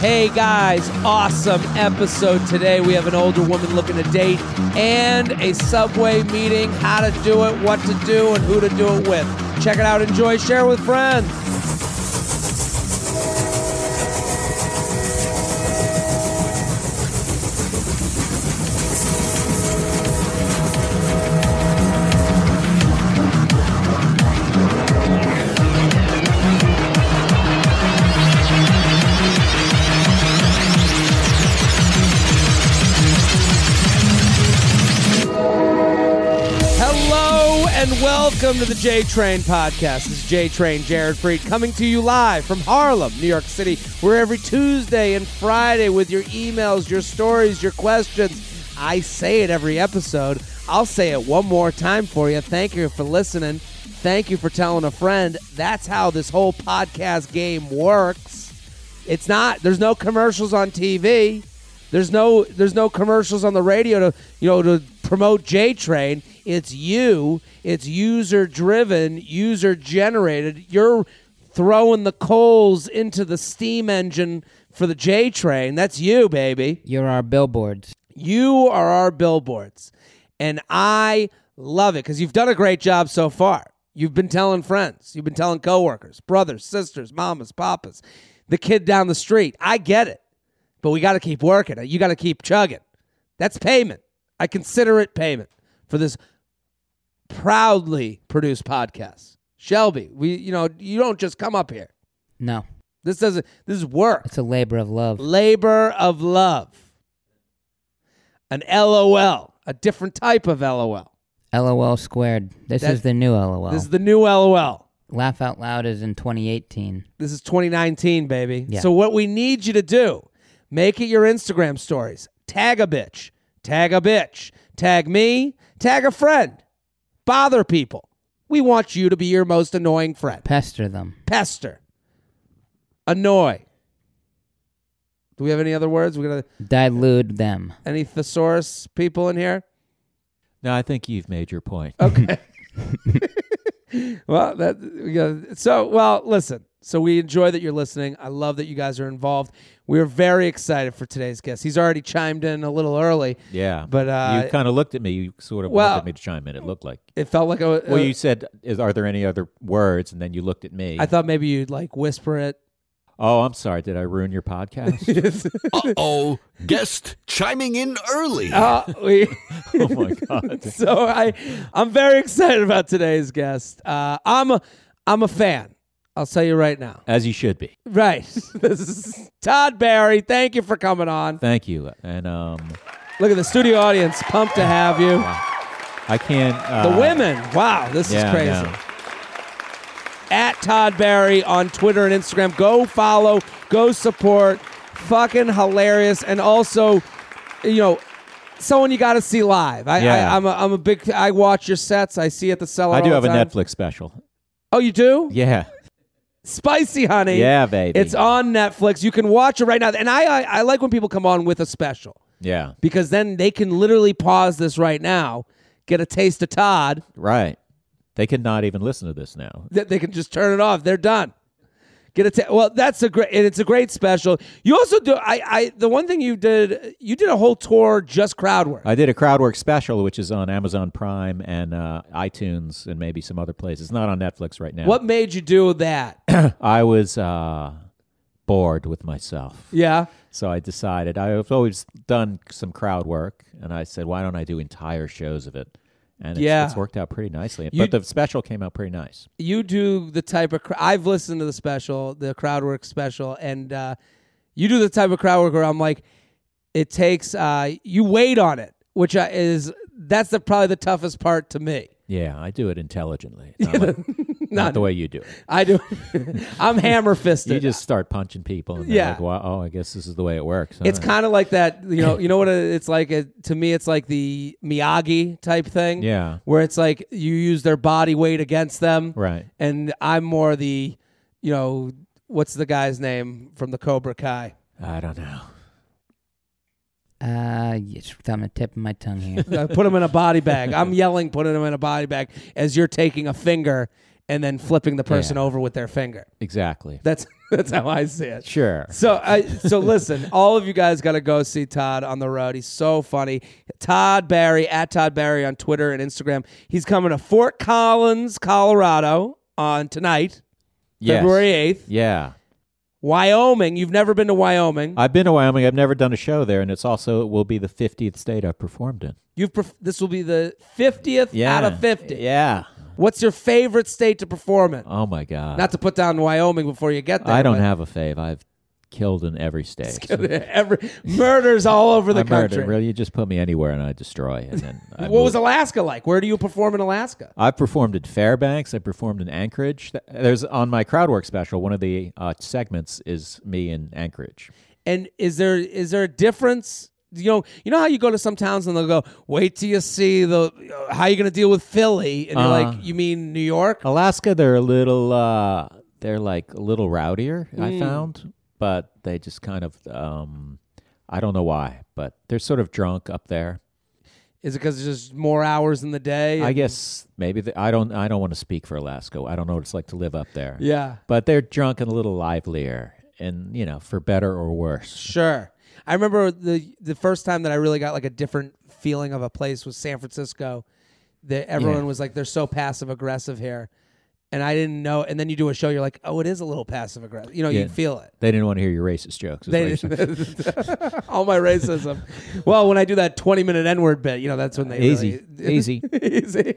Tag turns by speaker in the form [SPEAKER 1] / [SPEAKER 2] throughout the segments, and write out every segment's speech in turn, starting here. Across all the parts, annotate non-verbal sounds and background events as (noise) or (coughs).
[SPEAKER 1] Hey guys, awesome episode today. We have an older woman looking to date and a subway meeting, how to do it, what to do, and who to do it with. Check it out, enjoy, share with friends. Hello and welcome to the J Train Podcast. This is J Train Jared Freed coming to you live from Harlem, New York City. We're every Tuesday and Friday with your emails, your stories, your questions. I say it every episode. I'll say it one more time for you. Thank you for listening. Thank you for telling a friend. That's how this whole podcast game works. It's not. There's no commercials on TV. There's no. There's no commercials on the radio to you know to promote J Train. It's you. It's user driven, user generated. You're throwing the coals into the steam engine for the J Train. That's you, baby.
[SPEAKER 2] You're our billboards.
[SPEAKER 1] You are our billboards. And I love it because you've done a great job so far. You've been telling friends, you've been telling coworkers, brothers, sisters, mamas, papas, the kid down the street. I get it, but we got to keep working. You got to keep chugging. That's payment. I consider it payment for this proudly produced podcast. Shelby, we you know, you don't just come up here.
[SPEAKER 2] No,
[SPEAKER 1] This doesn't this is work
[SPEAKER 2] it's a labor of love.
[SPEAKER 1] labor of love. An LOL, a different type of LOL.
[SPEAKER 2] LOL squared. This
[SPEAKER 1] That-
[SPEAKER 2] is the new LOL.
[SPEAKER 1] This is the new LOL.
[SPEAKER 2] Laugh out loud is in 2018.
[SPEAKER 1] This is 2019, baby.
[SPEAKER 2] Yeah.
[SPEAKER 1] So what we need you to do, make it your Instagram stories. Tag a bitch. Tag a bitch. Tag me. Tag a friend. Bother people. We want you to be your most annoying friend.
[SPEAKER 2] Pester them.
[SPEAKER 1] Pester. Annoy. Do we have any other words? We're gonna
[SPEAKER 2] Dilute them.
[SPEAKER 1] any thesaurus people in here?
[SPEAKER 3] No, I think you've made your point.
[SPEAKER 1] Okay. well, that yeah. so well. Listen. So we enjoy that you're listening. I love that you guys are involved. We're very excited for today's guest. He's already chimed in a little early.
[SPEAKER 3] (laughs) Yeah,
[SPEAKER 1] But, uh,
[SPEAKER 3] you kind of looked at me. You sort of
[SPEAKER 1] well- uh,
[SPEAKER 3] wanted me to chime in. It looked like.
[SPEAKER 1] It felt like a,
[SPEAKER 3] Well, you said, "Is are there any other words?" And then you looked at me.
[SPEAKER 1] uh, I thought maybe you'd like whisper
[SPEAKER 3] (laughs)
[SPEAKER 1] it. (laughs)
[SPEAKER 3] oh, I'm sorry. Did I ruin your podcast?
[SPEAKER 4] oh, guest chiming in early.
[SPEAKER 1] Uh, we,
[SPEAKER 3] oh my god.
[SPEAKER 1] so I, I'm very excited about today's guest. Uh, I'm a, I'm a fan. I'll tell you right now.
[SPEAKER 3] As you should be.
[SPEAKER 1] Right. (laughs) This is Todd Barry. Thank you for coming on.
[SPEAKER 3] Thank you. And um,
[SPEAKER 1] Look at the studio audience. Pumped to have you.
[SPEAKER 3] I can't. Uh,
[SPEAKER 1] The women. Wow, this
[SPEAKER 3] Yeah,
[SPEAKER 1] is
[SPEAKER 3] I
[SPEAKER 1] crazy.
[SPEAKER 3] know.
[SPEAKER 1] At Todd Barry on Twitter and Instagram. Go follow, go support. Fucking hilarious. And also, you know, someone you got to see live. I,
[SPEAKER 3] Yeah.
[SPEAKER 1] I, I'm, a, I'm a big, I watch your sets. I see at the cellar.
[SPEAKER 3] I do
[SPEAKER 1] all
[SPEAKER 3] have a
[SPEAKER 1] the time.
[SPEAKER 3] Netflix special.
[SPEAKER 1] Oh, you do?
[SPEAKER 3] Yeah.
[SPEAKER 1] Spicy Honey.
[SPEAKER 3] Yeah, baby.
[SPEAKER 1] It's on Netflix. You can watch it right now. And I, I, I like when people come on with a special
[SPEAKER 3] Yeah.
[SPEAKER 1] because then they can literally pause this right now, get a taste of Todd.
[SPEAKER 3] Right. They could not even listen to this now.
[SPEAKER 1] that they can just turn it off. They're done. Get a ta- well. That's a great and it's a great special. You also do. I, I the one thing you did you did a whole tour just crowd work.
[SPEAKER 3] I did a crowdwork special, which is on Amazon Prime and uh, iTunes and maybe some other places. It's not on Netflix right now.
[SPEAKER 1] what made you do
[SPEAKER 3] (coughs)
[SPEAKER 1] that?
[SPEAKER 3] I was uh, bored with myself.
[SPEAKER 1] yeah,
[SPEAKER 3] So I decided I've always done some crowd work, and I said, why don't I do entire shows of it? And it's,
[SPEAKER 1] Yeah.
[SPEAKER 3] it's worked out pretty nicely.
[SPEAKER 1] You-
[SPEAKER 3] but the special came out pretty nice.
[SPEAKER 1] you do the type of. Cr- I've listened to the special, the crowd work special, and uh, you do the type of crowd work where I'm like, it takes. Uh, you wait on it, which I, is that's the probably the toughest part to me.
[SPEAKER 3] Yeah, I do it intelligently, not, like- (laughs) not the way you do it.
[SPEAKER 1] I do. (laughs) I'm hammer fisted.
[SPEAKER 3] You just start punching people, and
[SPEAKER 1] Yeah.
[SPEAKER 3] yeah. like, wow, oh, I guess this is the way it works.
[SPEAKER 1] It's
[SPEAKER 3] huh?
[SPEAKER 1] kind of like that, you
[SPEAKER 3] (laughs)
[SPEAKER 1] know. You know what it's like. It, to me, it's like the Miyagi type thing.
[SPEAKER 3] Yeah.
[SPEAKER 1] where it's like you use their body weight against them.
[SPEAKER 3] Right.
[SPEAKER 1] And I'm more the, you know, what's the guy's name from the Cobra Kai?
[SPEAKER 3] I don't know.
[SPEAKER 2] Uh, it's on the tip of my tongue here.
[SPEAKER 3] (laughs)
[SPEAKER 1] Uh, put him in a body bag. I'm yelling, putting him in a body bag as you're taking a finger and then flipping the person over with their finger.
[SPEAKER 3] Exactly.
[SPEAKER 1] That's (laughs) that's how I see it.
[SPEAKER 3] Sure.
[SPEAKER 1] So I so
[SPEAKER 3] (laughs)
[SPEAKER 1] listen, all of you guys got to go see Todd on the road. He's so funny. Todd Barry at Todd Barry on Twitter and Instagram. He's coming to Fort Collins, Colorado on tonight,
[SPEAKER 3] Yes.
[SPEAKER 1] February eighth.
[SPEAKER 3] Yeah.
[SPEAKER 1] Wyoming. You've never been to Wyoming.
[SPEAKER 3] I've been to Wyoming. I've never done a show there, and it's also it will be the 50th state I've performed in.
[SPEAKER 1] You've perf- this will be the fiftieth out of fifty.
[SPEAKER 3] Yeah.
[SPEAKER 1] What's your favorite state to perform in?
[SPEAKER 3] Oh my God.
[SPEAKER 1] Not to put down Wyoming before you get there.
[SPEAKER 3] I don't
[SPEAKER 1] but-
[SPEAKER 3] have a fave. I've killed in every state. So
[SPEAKER 1] (laughs) Every, murders all over the
[SPEAKER 3] I murder.
[SPEAKER 1] country.
[SPEAKER 3] Really, you just put me anywhere and I destroy. And
[SPEAKER 1] (laughs)
[SPEAKER 3] then I
[SPEAKER 1] What was
[SPEAKER 3] move.
[SPEAKER 1] Alaska like? Where do you perform in Alaska?
[SPEAKER 3] I've performed in Fairbanks. I performed in Anchorage. Th- There's on my crowdwork special. One of the uh, segments is me in Anchorage.
[SPEAKER 1] And is there is there a difference? You know, you know how you go to some towns and they'll go, "Wait till you see the uh, how you going to deal with Philly," and you're
[SPEAKER 3] Uh-huh.
[SPEAKER 1] like, "You mean New York?"
[SPEAKER 3] Alaska, they're a little, uh, they're like a little rowdier.
[SPEAKER 1] Hmm.
[SPEAKER 3] I found, but they just kind of, um, I don't know why, but they're sort of drunk up there.
[SPEAKER 1] Is it because there's just more hours in the day?
[SPEAKER 3] I guess maybe the, I don't. I don't want to speak for Alaska. I don't know what it's like to live up there.
[SPEAKER 1] yeah,
[SPEAKER 3] but they're drunk and a little livelier, and you know, for better or worse.
[SPEAKER 1] sure. I remember the the first time that I really got like a different feeling of a place was San Francisco. That everyone
[SPEAKER 3] Yeah.
[SPEAKER 1] was like, "They're so passive aggressive here," and I didn't know. And then you do a show, you're like, "Oh, it is a little passive aggressive." You know,
[SPEAKER 3] Yeah.
[SPEAKER 1] you feel it.
[SPEAKER 3] They didn't want to hear your racist jokes. is what
[SPEAKER 1] They
[SPEAKER 3] you're saying.
[SPEAKER 1] (laughs) all my racism. well, when I do that twenty minute N word bit, you know that's when they
[SPEAKER 3] Easy,
[SPEAKER 1] really-
[SPEAKER 3] easy.
[SPEAKER 1] (laughs) easy.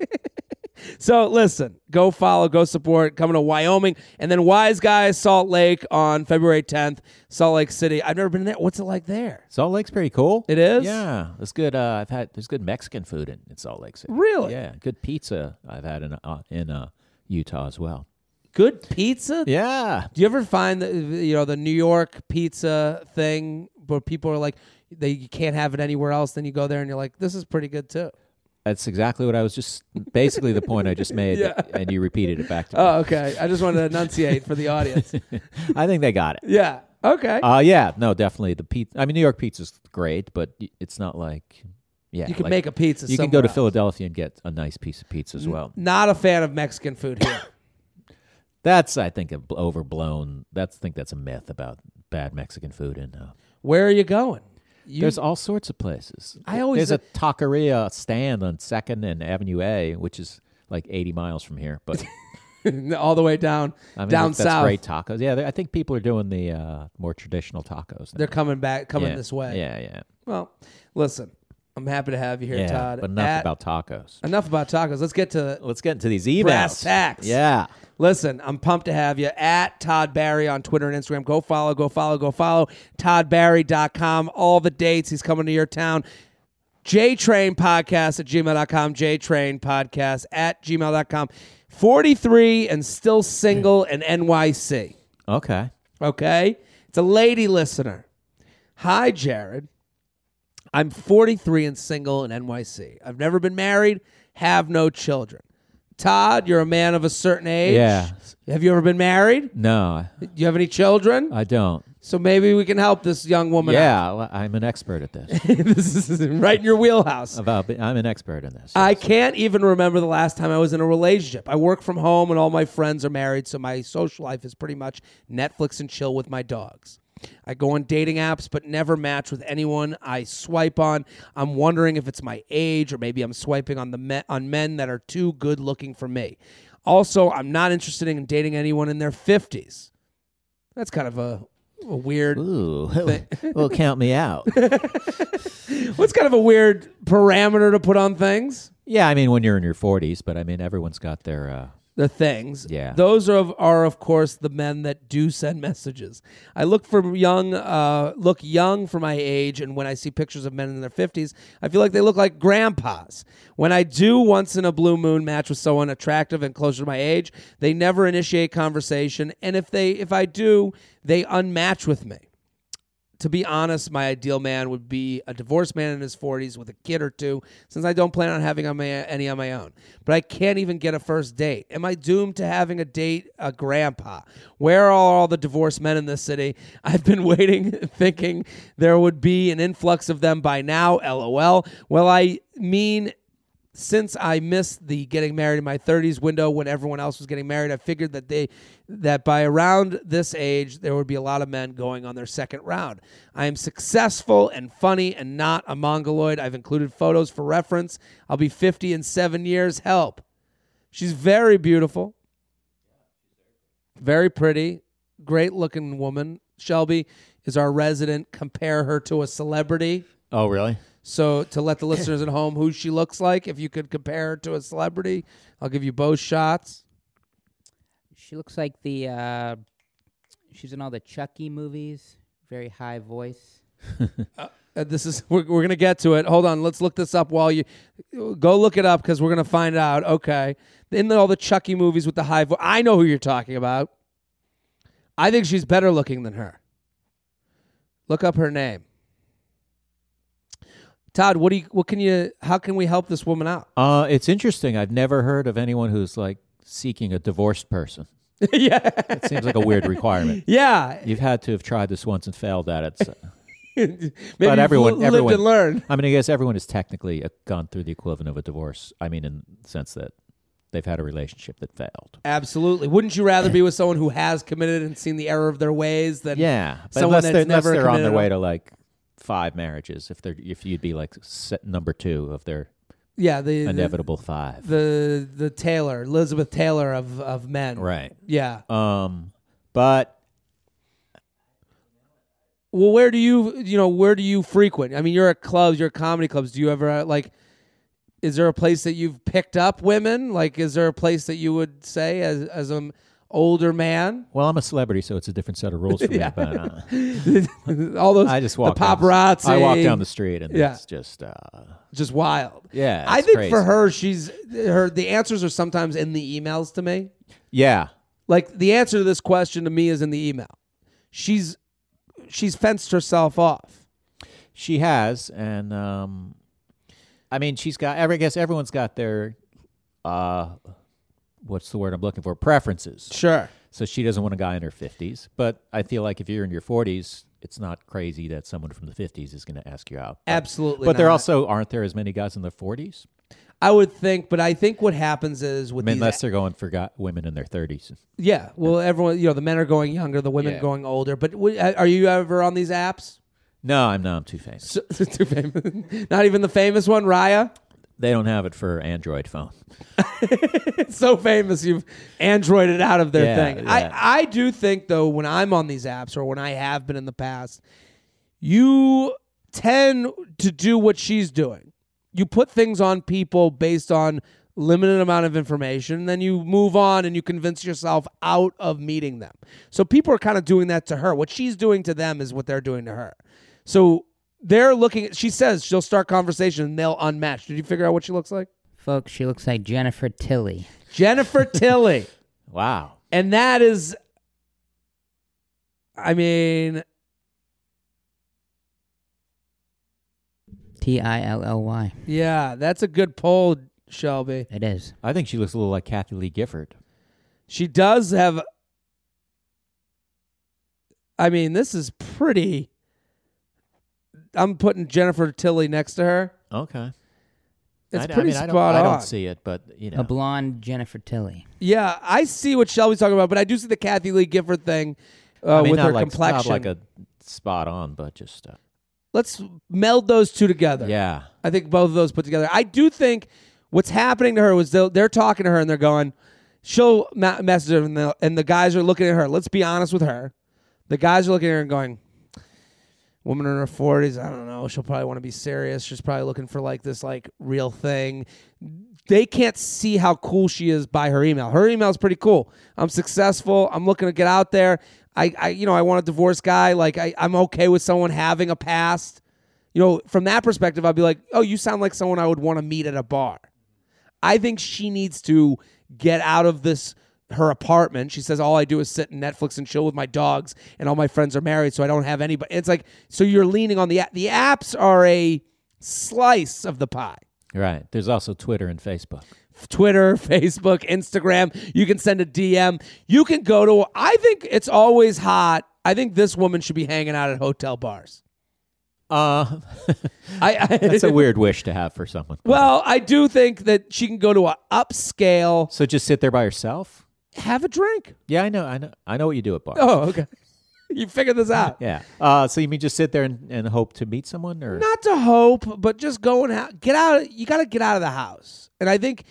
[SPEAKER 1] so listen, go follow, go support. Coming to Wyoming, and then Wise Guys Salt Lake on February tenth, Salt Lake City. I've never been there. What's it like there?
[SPEAKER 3] Salt Lake's pretty cool.
[SPEAKER 1] It is?
[SPEAKER 3] Yeah, it's good. Uh, I've had there's good Mexican food in, in Salt Lake City.
[SPEAKER 1] Really?
[SPEAKER 3] Yeah, good pizza I've had in uh, in uh, Utah as well.
[SPEAKER 1] Good pizza.
[SPEAKER 3] Yeah,
[SPEAKER 1] Do you ever find that you know the New York pizza thing where people are like they you can't have it anywhere else? Then you go there and you're like, this is pretty good too.
[SPEAKER 3] that's exactly what I was just basically the point I
[SPEAKER 1] (laughs)
[SPEAKER 3] just made, and you repeated it back to me.
[SPEAKER 1] Oh, okay. I just wanted to enunciate (laughs) for the audience.
[SPEAKER 3] I think they got it.
[SPEAKER 1] Yeah. Okay.
[SPEAKER 3] Uh yeah, no, definitely the pizza. I mean, New York pizza's great, but y- it's not like yeah.
[SPEAKER 1] You can
[SPEAKER 3] like-
[SPEAKER 1] make a pizza.
[SPEAKER 3] You can go
[SPEAKER 1] somewhere
[SPEAKER 3] to
[SPEAKER 1] else.
[SPEAKER 3] Philadelphia and get a nice piece of pizza as well.
[SPEAKER 1] Not a fan of Mexican food
[SPEAKER 3] (coughs)
[SPEAKER 1] here.
[SPEAKER 3] That's I think a bl- overblown. That's I think that's a myth about bad Mexican food. And uh,
[SPEAKER 1] Where are you going? You,
[SPEAKER 3] there's all sorts of places.
[SPEAKER 1] I always-
[SPEAKER 3] there's a taqueria stand on Second and Avenue A, which is like 80 miles from here,
[SPEAKER 1] (laughs)
[SPEAKER 3] but
[SPEAKER 1] (laughs) all the way down
[SPEAKER 3] I mean,
[SPEAKER 1] down
[SPEAKER 3] that's
[SPEAKER 1] south.
[SPEAKER 3] great tacos. Yeah, they- I think people are doing the uh, more traditional tacos. now.
[SPEAKER 1] They're coming back, coming
[SPEAKER 3] Yeah,
[SPEAKER 1] this way.
[SPEAKER 3] Yeah, yeah,
[SPEAKER 1] Well, listen, I'm happy to have you here,
[SPEAKER 3] yeah.
[SPEAKER 1] Todd.
[SPEAKER 3] but enough
[SPEAKER 1] At-
[SPEAKER 3] about tacos.
[SPEAKER 1] enough about tacos. Let's get to
[SPEAKER 3] Let's get into these emails.
[SPEAKER 1] Brass tacks.
[SPEAKER 3] Yeah.
[SPEAKER 1] Listen, I'm pumped to have you at Todd Barry on Twitter and Instagram. Go follow, go follow, go follow. ToddBarry.com. All the dates. He's coming to your town. JTrain Podcast at gmail.com. JTrain Podcast at gmail.com. 43 and still single and NYC.
[SPEAKER 3] Okay.
[SPEAKER 1] Okay? It's a lady listener. Hi, Jared. I'm 43 and single in NYC. I've never been married, have no children. Todd, you're a man of a certain age.
[SPEAKER 3] Yeah.
[SPEAKER 1] Have you ever been married?
[SPEAKER 3] No, I-
[SPEAKER 1] Do you have any children?
[SPEAKER 3] I don't.
[SPEAKER 1] So maybe we can help this young woman out. (laughs)
[SPEAKER 3] Uh, Yeah, well, I'm an expert at this. (laughs)
[SPEAKER 1] this is right in your wheelhouse.
[SPEAKER 3] About, I'm an expert in this.
[SPEAKER 1] I can't even remember the last time I was in a relationship. I work from home and all my friends are married, so my social life is pretty much Netflix and chill with my dogs. I go on dating apps but never match with anyone I swipe on. I'm wondering if it's my age or maybe I'm swiping on the me- on men that are too good looking for me. Also, I'm not interested in dating anyone in their 50s. That's kind of a, a weird
[SPEAKER 3] (laughs) Ooh, well, count me (laughs) out.
[SPEAKER 1] What's kind of a weird parameter to put on things?
[SPEAKER 3] yeah, I mean, when you're in your 40s, but I mean, everyone's got their. Uh,
[SPEAKER 1] the things.
[SPEAKER 3] Yeah.
[SPEAKER 1] Those are of, are of course the men that do send messages. I look for young uh, look young for my age and when I see pictures of men in their 50s, I feel like they look like grandpas. When I do once in a blue moon match with someone attractive and closer to my age, they never initiate conversation and if they if I do, they unmatch with me to be honest, my ideal man would be a divorced man in his 40s with a kid or two, since I don't plan on having on my, any on my own. But I can't even get a first date. Am I doomed to having a date, a grandpa? Where are all the divorced men in this city? (laughs) I've been waiting, (laughs) thinking there would be an influx of them by now. LOL. Well, I mean, since I missed the getting married in my 30s window when everyone else was getting married, I figured that they that by around this age there would be a lot of men going on their second round. I am successful and funny and not a mongoloid. I've included photos for reference. I'll be 50 in 7 years. Help. She's very beautiful. Very pretty, great-looking woman. Shelby is our resident compare her to a celebrity.
[SPEAKER 3] Oh, really?
[SPEAKER 1] So to let the listeners at home who she looks like, if you could compare her to a celebrity, I'll give you both shots.
[SPEAKER 2] (laughs) She looks like the. Uh, she's in all the Chucky movies. Very high voice.
[SPEAKER 1] Uh, this is (laughs) we're, we're gonna get to it. Hold on, let's look this up while you go look it up because we're gonna find out. Okay, in the, all the Chucky movies with the high voice, I know who you're talking about. I think she's better looking than her. Look up her name. Todd, what do you? What can you? How can we help this woman out? (laughs)
[SPEAKER 3] Uh, it's interesting. I've never heard of anyone who's like seeking a divorced person.
[SPEAKER 1] yeah,
[SPEAKER 3] It seems like a (laughs) weird requirement.
[SPEAKER 1] yeah. (laughs)
[SPEAKER 3] You've had to have tried this once and failed at it. so-
[SPEAKER 1] Maybe
[SPEAKER 3] but
[SPEAKER 1] you've
[SPEAKER 3] everyone,
[SPEAKER 1] li- lived
[SPEAKER 3] everyone
[SPEAKER 1] and learned.
[SPEAKER 3] I mean, I guess everyone has technically uh, gone through the equivalent of a divorce. I mean, in the sense that they've had a relationship that failed.
[SPEAKER 1] Absolutely. Wouldn't you rather be with someone who has committed and seen the error of their ways than
[SPEAKER 3] Yeah, but
[SPEAKER 1] someone
[SPEAKER 3] unless they're,
[SPEAKER 1] that's
[SPEAKER 3] unless
[SPEAKER 1] never
[SPEAKER 3] they're on their
[SPEAKER 1] committed
[SPEAKER 3] way
[SPEAKER 1] a-
[SPEAKER 3] to like five marriages, if they're if you'd be like set number two of their
[SPEAKER 1] yeah the
[SPEAKER 3] inevitable five,
[SPEAKER 1] the the Taylor Elizabeth Taylor of of men
[SPEAKER 3] right?
[SPEAKER 1] yeah
[SPEAKER 3] Um, but
[SPEAKER 1] well where do you you know where do you frequent I mean you're at clubs you're at comedy clubs do you ever uh, like is there a place that you've picked up women like is there a place that you would say as as an older man (laughs)
[SPEAKER 3] well, I'm a celebrity, so it's a different set of rules for me. But uh,
[SPEAKER 1] all those
[SPEAKER 3] I just walk
[SPEAKER 1] the
[SPEAKER 3] down the-
[SPEAKER 1] paparazzi
[SPEAKER 3] I walk down the street, and
[SPEAKER 1] Yeah.
[SPEAKER 3] it's just uh,
[SPEAKER 1] just wild
[SPEAKER 3] yeah.
[SPEAKER 1] I
[SPEAKER 3] it's
[SPEAKER 1] think
[SPEAKER 3] crazy.
[SPEAKER 1] for her she's her the answers are sometimes in the emails to me
[SPEAKER 3] yeah,
[SPEAKER 1] like the answer to this question to me is in the email she's she's fenced herself off
[SPEAKER 3] she has, and um, I mean, she's got. every- I guess everyone's got their uh, what's the word I'm looking for? Preferences.
[SPEAKER 1] sure
[SPEAKER 3] So she doesn't want a guy in her 50s. But I feel like if you're in your 40s, it's not crazy that someone from the 50s is going to ask you out. But-
[SPEAKER 1] absolutely
[SPEAKER 3] But there
[SPEAKER 1] not.
[SPEAKER 3] also aren't there as many guys in their 40s?
[SPEAKER 1] i would think but i think what happens is
[SPEAKER 3] I
[SPEAKER 1] with
[SPEAKER 3] mean,
[SPEAKER 1] these
[SPEAKER 3] unless they're going for guy, women in their 30s.
[SPEAKER 1] yeah well everyone you know the men are going younger the women
[SPEAKER 3] Yeah.
[SPEAKER 1] going older but w- are you ever on these apps (laughs)
[SPEAKER 3] No, I'm not. I'm too famous.
[SPEAKER 1] So- too famous. not even the famous one raya
[SPEAKER 3] they don't have it for Android phone.
[SPEAKER 1] it's so famous you've androided out of their
[SPEAKER 3] Yeah,
[SPEAKER 1] thing.
[SPEAKER 3] yeah.
[SPEAKER 1] I, I do think though when I'm on these apps or when I have been in the past, you tend to do what she's doing. You put things on people based on limited amount of information, then you move on and you convince yourself out of meeting them. So people are kind of doing that to her. What she's doing to them is what they're doing to her. So they're looking at, she says she'll start conversation and they'll unmatch. Did you figure out what she looks like?
[SPEAKER 2] Folks, she looks like Jennifer Tilly.
[SPEAKER 1] Jennifer Tilly.
[SPEAKER 3] Wow.
[SPEAKER 1] And that is, I mean,
[SPEAKER 2] T I L L Y.
[SPEAKER 1] yeah, that's a good poll, Shelby.
[SPEAKER 2] It is.
[SPEAKER 3] I think she looks a little like Kathy Lee Gifford.
[SPEAKER 1] She does have, I mean, this is pretty. I'm putting Jennifer Tilly next to her.
[SPEAKER 3] Okay.
[SPEAKER 1] It's
[SPEAKER 3] I, I
[SPEAKER 1] pretty
[SPEAKER 3] mean, I don't,
[SPEAKER 1] spot
[SPEAKER 3] I
[SPEAKER 1] on.
[SPEAKER 3] don't see it, but, you
[SPEAKER 2] A
[SPEAKER 3] know.
[SPEAKER 2] blonde Jennifer Tilly.
[SPEAKER 1] yeah, I see what Shelby's talking about, but I do see the Kathy Lee Gifford thing uh,
[SPEAKER 3] I mean,
[SPEAKER 1] with
[SPEAKER 3] not
[SPEAKER 1] her
[SPEAKER 3] like,
[SPEAKER 1] complexion.
[SPEAKER 3] Not like a spot on, but just, uh,
[SPEAKER 1] Let's meld those two together.
[SPEAKER 3] yeah.
[SPEAKER 1] I think both of those put together. I do think what's happening to her was they're, they're talking to her and they're going, she'll ma- message her and the, and the guys are looking at her. Let's be honest with her. The guys are looking at her and going, woman in her 40s, I don't know. She'll probably want to be serious. She's probably looking for like this like real thing. They can't see how cool she is by her email. Her email's pretty cool. I'm successful. I'm looking to get out there. I, I you know, I want a divorced guy. Like I, I'm okay with someone having a past you know, from that perspective, I'd be like, oh, you sound like someone I would want to meet at a bar. I think she needs to get out of this her apartment. She says all I do is sit and Netflix and chill with my dogs, and all my friends are married, so I don't have anybody. It's like so you're leaning on the app. The apps are a slice of the pie.
[SPEAKER 3] Right. There's also Twitter and Facebook.
[SPEAKER 1] Twitter, (laughs) Facebook, Instagram. You can send a DM. You can go to. I think it's always hot. I think this woman should be hanging out at hotel bars.
[SPEAKER 3] Uh,
[SPEAKER 1] (laughs) I, I, (laughs)
[SPEAKER 3] that's a weird wish to have for someone.
[SPEAKER 1] well, I do think that she can go to an upscale,
[SPEAKER 3] so just sit there by yourself.
[SPEAKER 1] have a drink.
[SPEAKER 3] Yeah, I know, I know, I know what you do at bars.
[SPEAKER 1] Oh, okay. (laughs) you figured this out.
[SPEAKER 3] Yeah. Uh, so you mean just sit there and, and hope to meet someone, or
[SPEAKER 1] Not to hope, but just go and ha- get out. You got to get out of the house. And I think,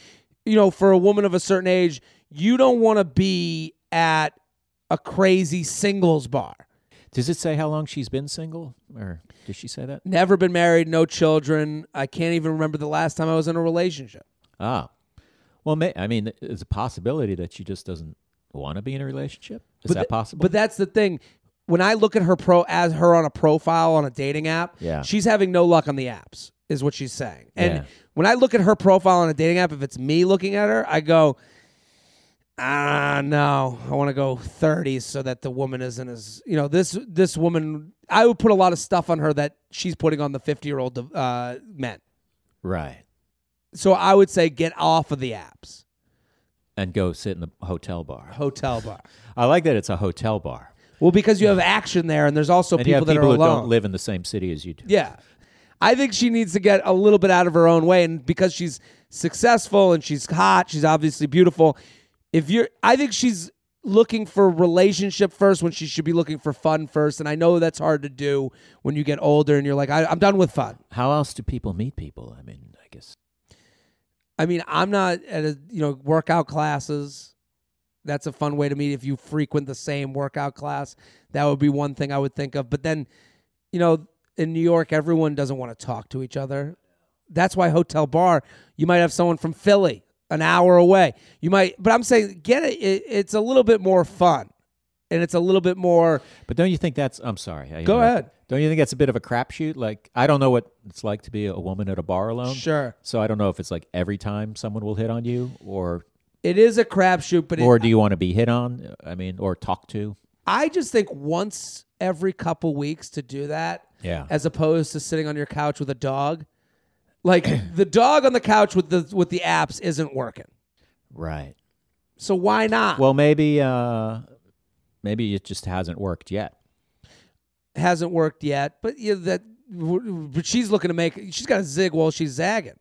[SPEAKER 1] you know, for a woman of a certain age, you don't want to be at a crazy singles bar.
[SPEAKER 3] does it say how long she's been single, or does she say that?
[SPEAKER 1] Never been married, no children. I can't even remember the last time I was in a relationship.
[SPEAKER 3] Ah, well, may, I mean, it's a possibility that she just doesn't want to be in a relationship. Is that
[SPEAKER 1] th-
[SPEAKER 3] possible?
[SPEAKER 1] But that's the thing. When I look at her pro as her on a profile on a dating app,
[SPEAKER 3] Yeah.
[SPEAKER 1] she's having no luck on the apps, is what she's saying. And
[SPEAKER 3] Yeah.
[SPEAKER 1] when I look at her profile on a dating app, if it's me looking at her, I go, ah, no, I want to go 30s so that the woman isn't as you know this this woman. I would put a lot of stuff on her that she's putting on the 50 year old uh, men.
[SPEAKER 3] right,
[SPEAKER 1] So I would say get off of the apps,
[SPEAKER 3] and go sit in the hotel bar.
[SPEAKER 1] hotel bar.
[SPEAKER 3] I like that it's a hotel bar,
[SPEAKER 1] well, because you have action there, and there's also
[SPEAKER 3] and you
[SPEAKER 1] people
[SPEAKER 3] have
[SPEAKER 1] that
[SPEAKER 3] people
[SPEAKER 1] are
[SPEAKER 3] who
[SPEAKER 1] alone.
[SPEAKER 3] don't live in the same city as you do.
[SPEAKER 1] Yeah. I think she needs to get a little bit out of her own way and because she's successful and she's hot, she's obviously beautiful. If you're I think she's looking for relationship first when she should be looking for fun first and I know that's hard to do when you get older and you're like I, I'm done with fun.
[SPEAKER 3] How else do people meet people? I mean, I guess
[SPEAKER 1] I mean, I'm not at a you know workout classes. That's a fun way to meet if you frequent the same workout class. That would be one thing I would think of. But then, you know, in New York, everyone doesn't want to talk to each other. That's why hotel bar. You might have someone from Philly, an hour away. You might, but I'm saying get it. it it's a little bit more fun, and it's a little bit more.
[SPEAKER 3] But don't you think that's? I'm sorry. I
[SPEAKER 1] Go
[SPEAKER 3] interrupt.
[SPEAKER 1] ahead.
[SPEAKER 3] Don't you think that's a bit of a crapshoot? Like I don't know what it's like to be a woman at a bar alone.
[SPEAKER 1] Sure,
[SPEAKER 3] So I don't know if it's like every time someone will hit on you, or
[SPEAKER 1] it is a crapshoot, but it,
[SPEAKER 3] or do you want to be hit on? I mean, or talk to?
[SPEAKER 1] I just think once every couple weeks to do that
[SPEAKER 3] Yeah.
[SPEAKER 1] as opposed to sitting on your couch with a dog.
[SPEAKER 3] (clears throat)
[SPEAKER 1] Like the dog on the couch with the with the apps isn't working.
[SPEAKER 3] Right.
[SPEAKER 1] So why not?
[SPEAKER 3] Well, maybe uh maybe it just hasn't worked yet.
[SPEAKER 1] hasn't worked yet, but you know, that but she's looking to make she's got to zig while she's zagging.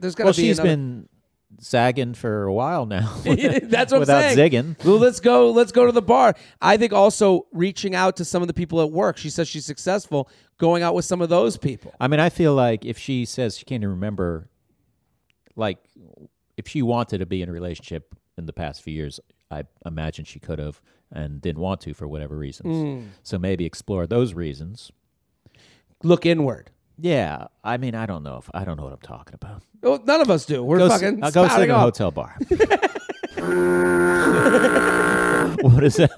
[SPEAKER 1] There's got to
[SPEAKER 3] Well,
[SPEAKER 1] be
[SPEAKER 3] she's
[SPEAKER 1] another-
[SPEAKER 3] been sagging for a while now.
[SPEAKER 1] (laughs) That's what I'm
[SPEAKER 3] (laughs) without
[SPEAKER 1] saying.
[SPEAKER 3] zigging.
[SPEAKER 1] Well, let's go. Let's go to the bar. I think also reaching out to some of the people at work. She says she's successful. Going out with some of those people.
[SPEAKER 3] I mean, I feel like if she says she can't even remember, like if she wanted to be in a relationship in the past few years, I imagine she could have and didn't want to for whatever
[SPEAKER 1] Hmm.
[SPEAKER 3] reasons. So maybe explore those reasons.
[SPEAKER 1] Look inward.
[SPEAKER 3] Yeah, I mean, I don't know if I don't know what I'm talking about.
[SPEAKER 1] Well, none of us do. We're
[SPEAKER 3] Go, s-
[SPEAKER 1] fucking
[SPEAKER 3] uh, go sit
[SPEAKER 1] spouting
[SPEAKER 3] in a
[SPEAKER 1] off.
[SPEAKER 3] hotel bar. (laughs) what is that?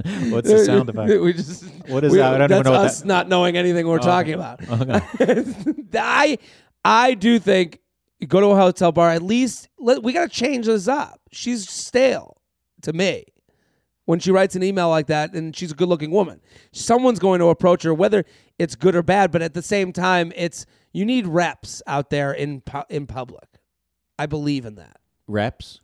[SPEAKER 1] (laughs)
[SPEAKER 3] What's the sound effect?
[SPEAKER 1] we just
[SPEAKER 3] What is
[SPEAKER 1] we-
[SPEAKER 3] that? I don't even
[SPEAKER 1] that's
[SPEAKER 3] know what
[SPEAKER 1] us not knowing anything we're talking about.
[SPEAKER 3] (laughs) Okay.
[SPEAKER 1] (laughs) I I do think you go to a hotel bar. At least let, we got to change this up. She's stale to me when she writes an email like that, and she's a good looking woman. Someone's going to approach her, whether it's good or bad. But at the same time, it's you need reps out there in pu- in public. I believe in that.
[SPEAKER 3] Reps.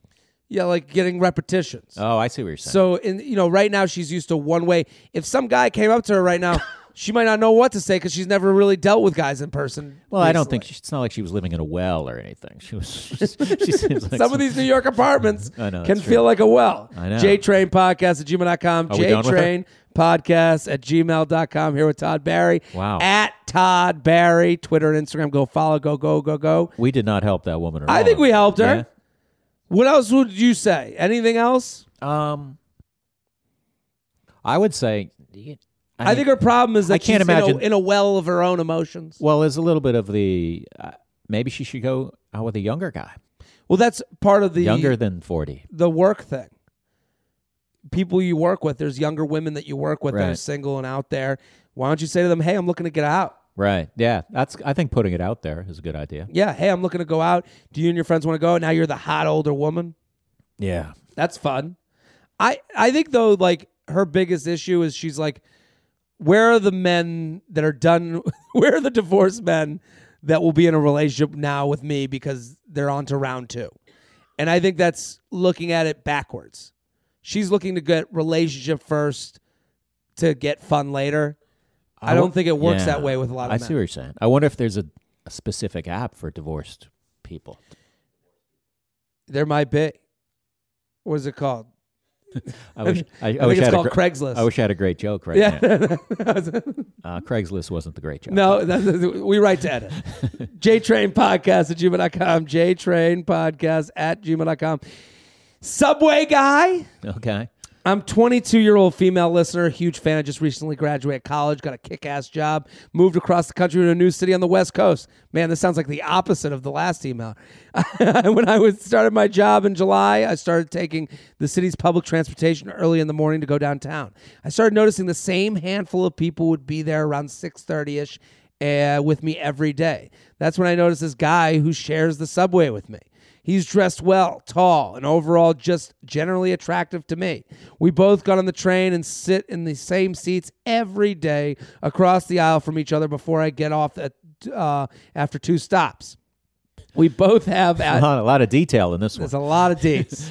[SPEAKER 1] Yeah, like getting repetitions.
[SPEAKER 3] Oh, I see what you're saying.
[SPEAKER 1] So in you know, right now she's used to one way. If some guy came up to her
[SPEAKER 3] (laughs)
[SPEAKER 1] right now, she might not know what to say because she's never really dealt with guys in person.
[SPEAKER 3] well, I don't
[SPEAKER 1] recently.
[SPEAKER 3] think she, it's not like she was living in a well or anything. She was. (laughs)
[SPEAKER 1] (laughs)
[SPEAKER 3] she seems like
[SPEAKER 1] some of these New York apartments
[SPEAKER 3] (laughs) I know,
[SPEAKER 1] can
[SPEAKER 3] that's
[SPEAKER 1] feel
[SPEAKER 3] true.
[SPEAKER 1] like a well.
[SPEAKER 3] I know.
[SPEAKER 1] J Train Podcast at gmail.com.
[SPEAKER 3] Are we done with her?
[SPEAKER 1] Train Podcast at gmail.com. Here with Todd Barry.
[SPEAKER 3] Wow.
[SPEAKER 1] At Todd Barry, Twitter and Instagram. Go follow, go, go, go, go.
[SPEAKER 3] We did not help that woman. At
[SPEAKER 1] I
[SPEAKER 3] all.
[SPEAKER 1] think we helped her. What else would you say? Anything else?
[SPEAKER 3] Yeah. Um, I would say. I,
[SPEAKER 1] I, think her problem is that
[SPEAKER 3] I can't
[SPEAKER 1] she's in a-
[SPEAKER 3] imagine-
[SPEAKER 1] in a, well of her own emotions.
[SPEAKER 3] Well, there's a little bit of the. Uh, maybe she should go out with a younger guy,
[SPEAKER 1] Well, that's part of the
[SPEAKER 3] younger than forty.
[SPEAKER 1] the work thing. People you work with, there's younger women that you work with that are
[SPEAKER 3] Right.
[SPEAKER 1] single and out there. Why don't you say to them, "Hey, I'm looking to get out."
[SPEAKER 3] Right. Yeah. That's. I think putting it out there is a good idea.
[SPEAKER 1] Yeah, hey, I'm looking to go out. Do you and your friends want to go? Now you're the hot older woman.
[SPEAKER 3] Yeah.
[SPEAKER 1] That's fun. I I think though, like her biggest issue is she's like, where are the men that are done? (laughs) Where are the divorced men that will be in a relationship now with me because they're on to round two? And I think that's looking at it backwards. She's looking to get relationship first to get fun later. I don't
[SPEAKER 3] won-
[SPEAKER 1] think it works
[SPEAKER 3] Yeah.
[SPEAKER 1] that way with a lot of
[SPEAKER 3] I
[SPEAKER 1] men.
[SPEAKER 3] see what you're saying. I wonder if there's a, a specific app for divorced people.
[SPEAKER 1] There might be. What is it called?
[SPEAKER 3] I wish I, I
[SPEAKER 1] (laughs) I
[SPEAKER 3] wish
[SPEAKER 1] think
[SPEAKER 3] I
[SPEAKER 1] it's
[SPEAKER 3] had a
[SPEAKER 1] called
[SPEAKER 3] gr-
[SPEAKER 1] Craigslist.
[SPEAKER 3] I wish I had a great joke right now.
[SPEAKER 1] yeah.
[SPEAKER 3] Uh, Craigslist wasn't the great joke.
[SPEAKER 1] (laughs) no, that's, that's- we write to edit. JTrain Podcast at gmail.com. JTrain Podcast at gmail.com. Subway guy.
[SPEAKER 3] Okay.
[SPEAKER 1] I'm 22 year old female listener, huge fan. I just recently graduated college, got a kick ass job, moved across the country to a new city on the West Coast. Man, this sounds like the opposite of the last email. (laughs) when I was started my job in July, I started taking the city's public transportation early in the morning to go downtown. I started noticing the same handful of people would be there around 6:30 ish uh, with me every day. That's when I noticed this guy who shares the subway with me. He's dressed well, tall, and overall just generally attractive to me. We both got on the train and sit in the same seats every day across the aisle from each other before I get off at, uh, after two stops. We both have
[SPEAKER 3] A lot, a lot of detail in this one.
[SPEAKER 1] there's a lot of
[SPEAKER 3] (laughs)
[SPEAKER 1] dates.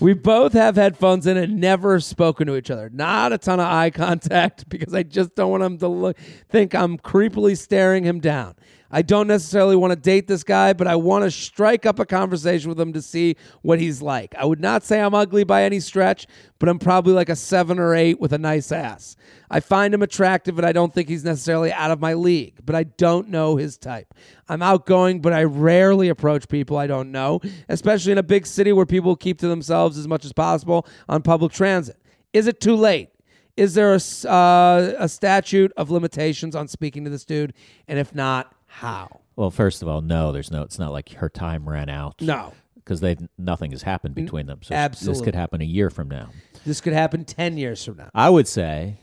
[SPEAKER 1] we both have headphones in and never spoken to each other. Not a ton of eye contact (laughs) because I just don't want him to look, think I'm creepily staring him down. I don't necessarily want to date this guy, but I want to strike up a conversation with him to see what he's like. I would not say I'm ugly by any stretch, but I'm probably like a seven or eight with a nice ass. I find him attractive, and I don't think he's necessarily out of my league, but I don't know his type. I'm outgoing, but I rarely approach people I don't know, especially in a big city where people keep to themselves as much as possible on public transit. Is it too late? Is there a, s- uh, a statute of limitations on speaking to this dude? And if not, how?
[SPEAKER 3] well, first of all, no, there's no. It's not like her time ran out.
[SPEAKER 1] No.
[SPEAKER 3] because they've nothing has happened between them. So this
[SPEAKER 1] absolutely.
[SPEAKER 3] could happen a year from now.
[SPEAKER 1] This could happen 10 years from now.
[SPEAKER 3] I would say,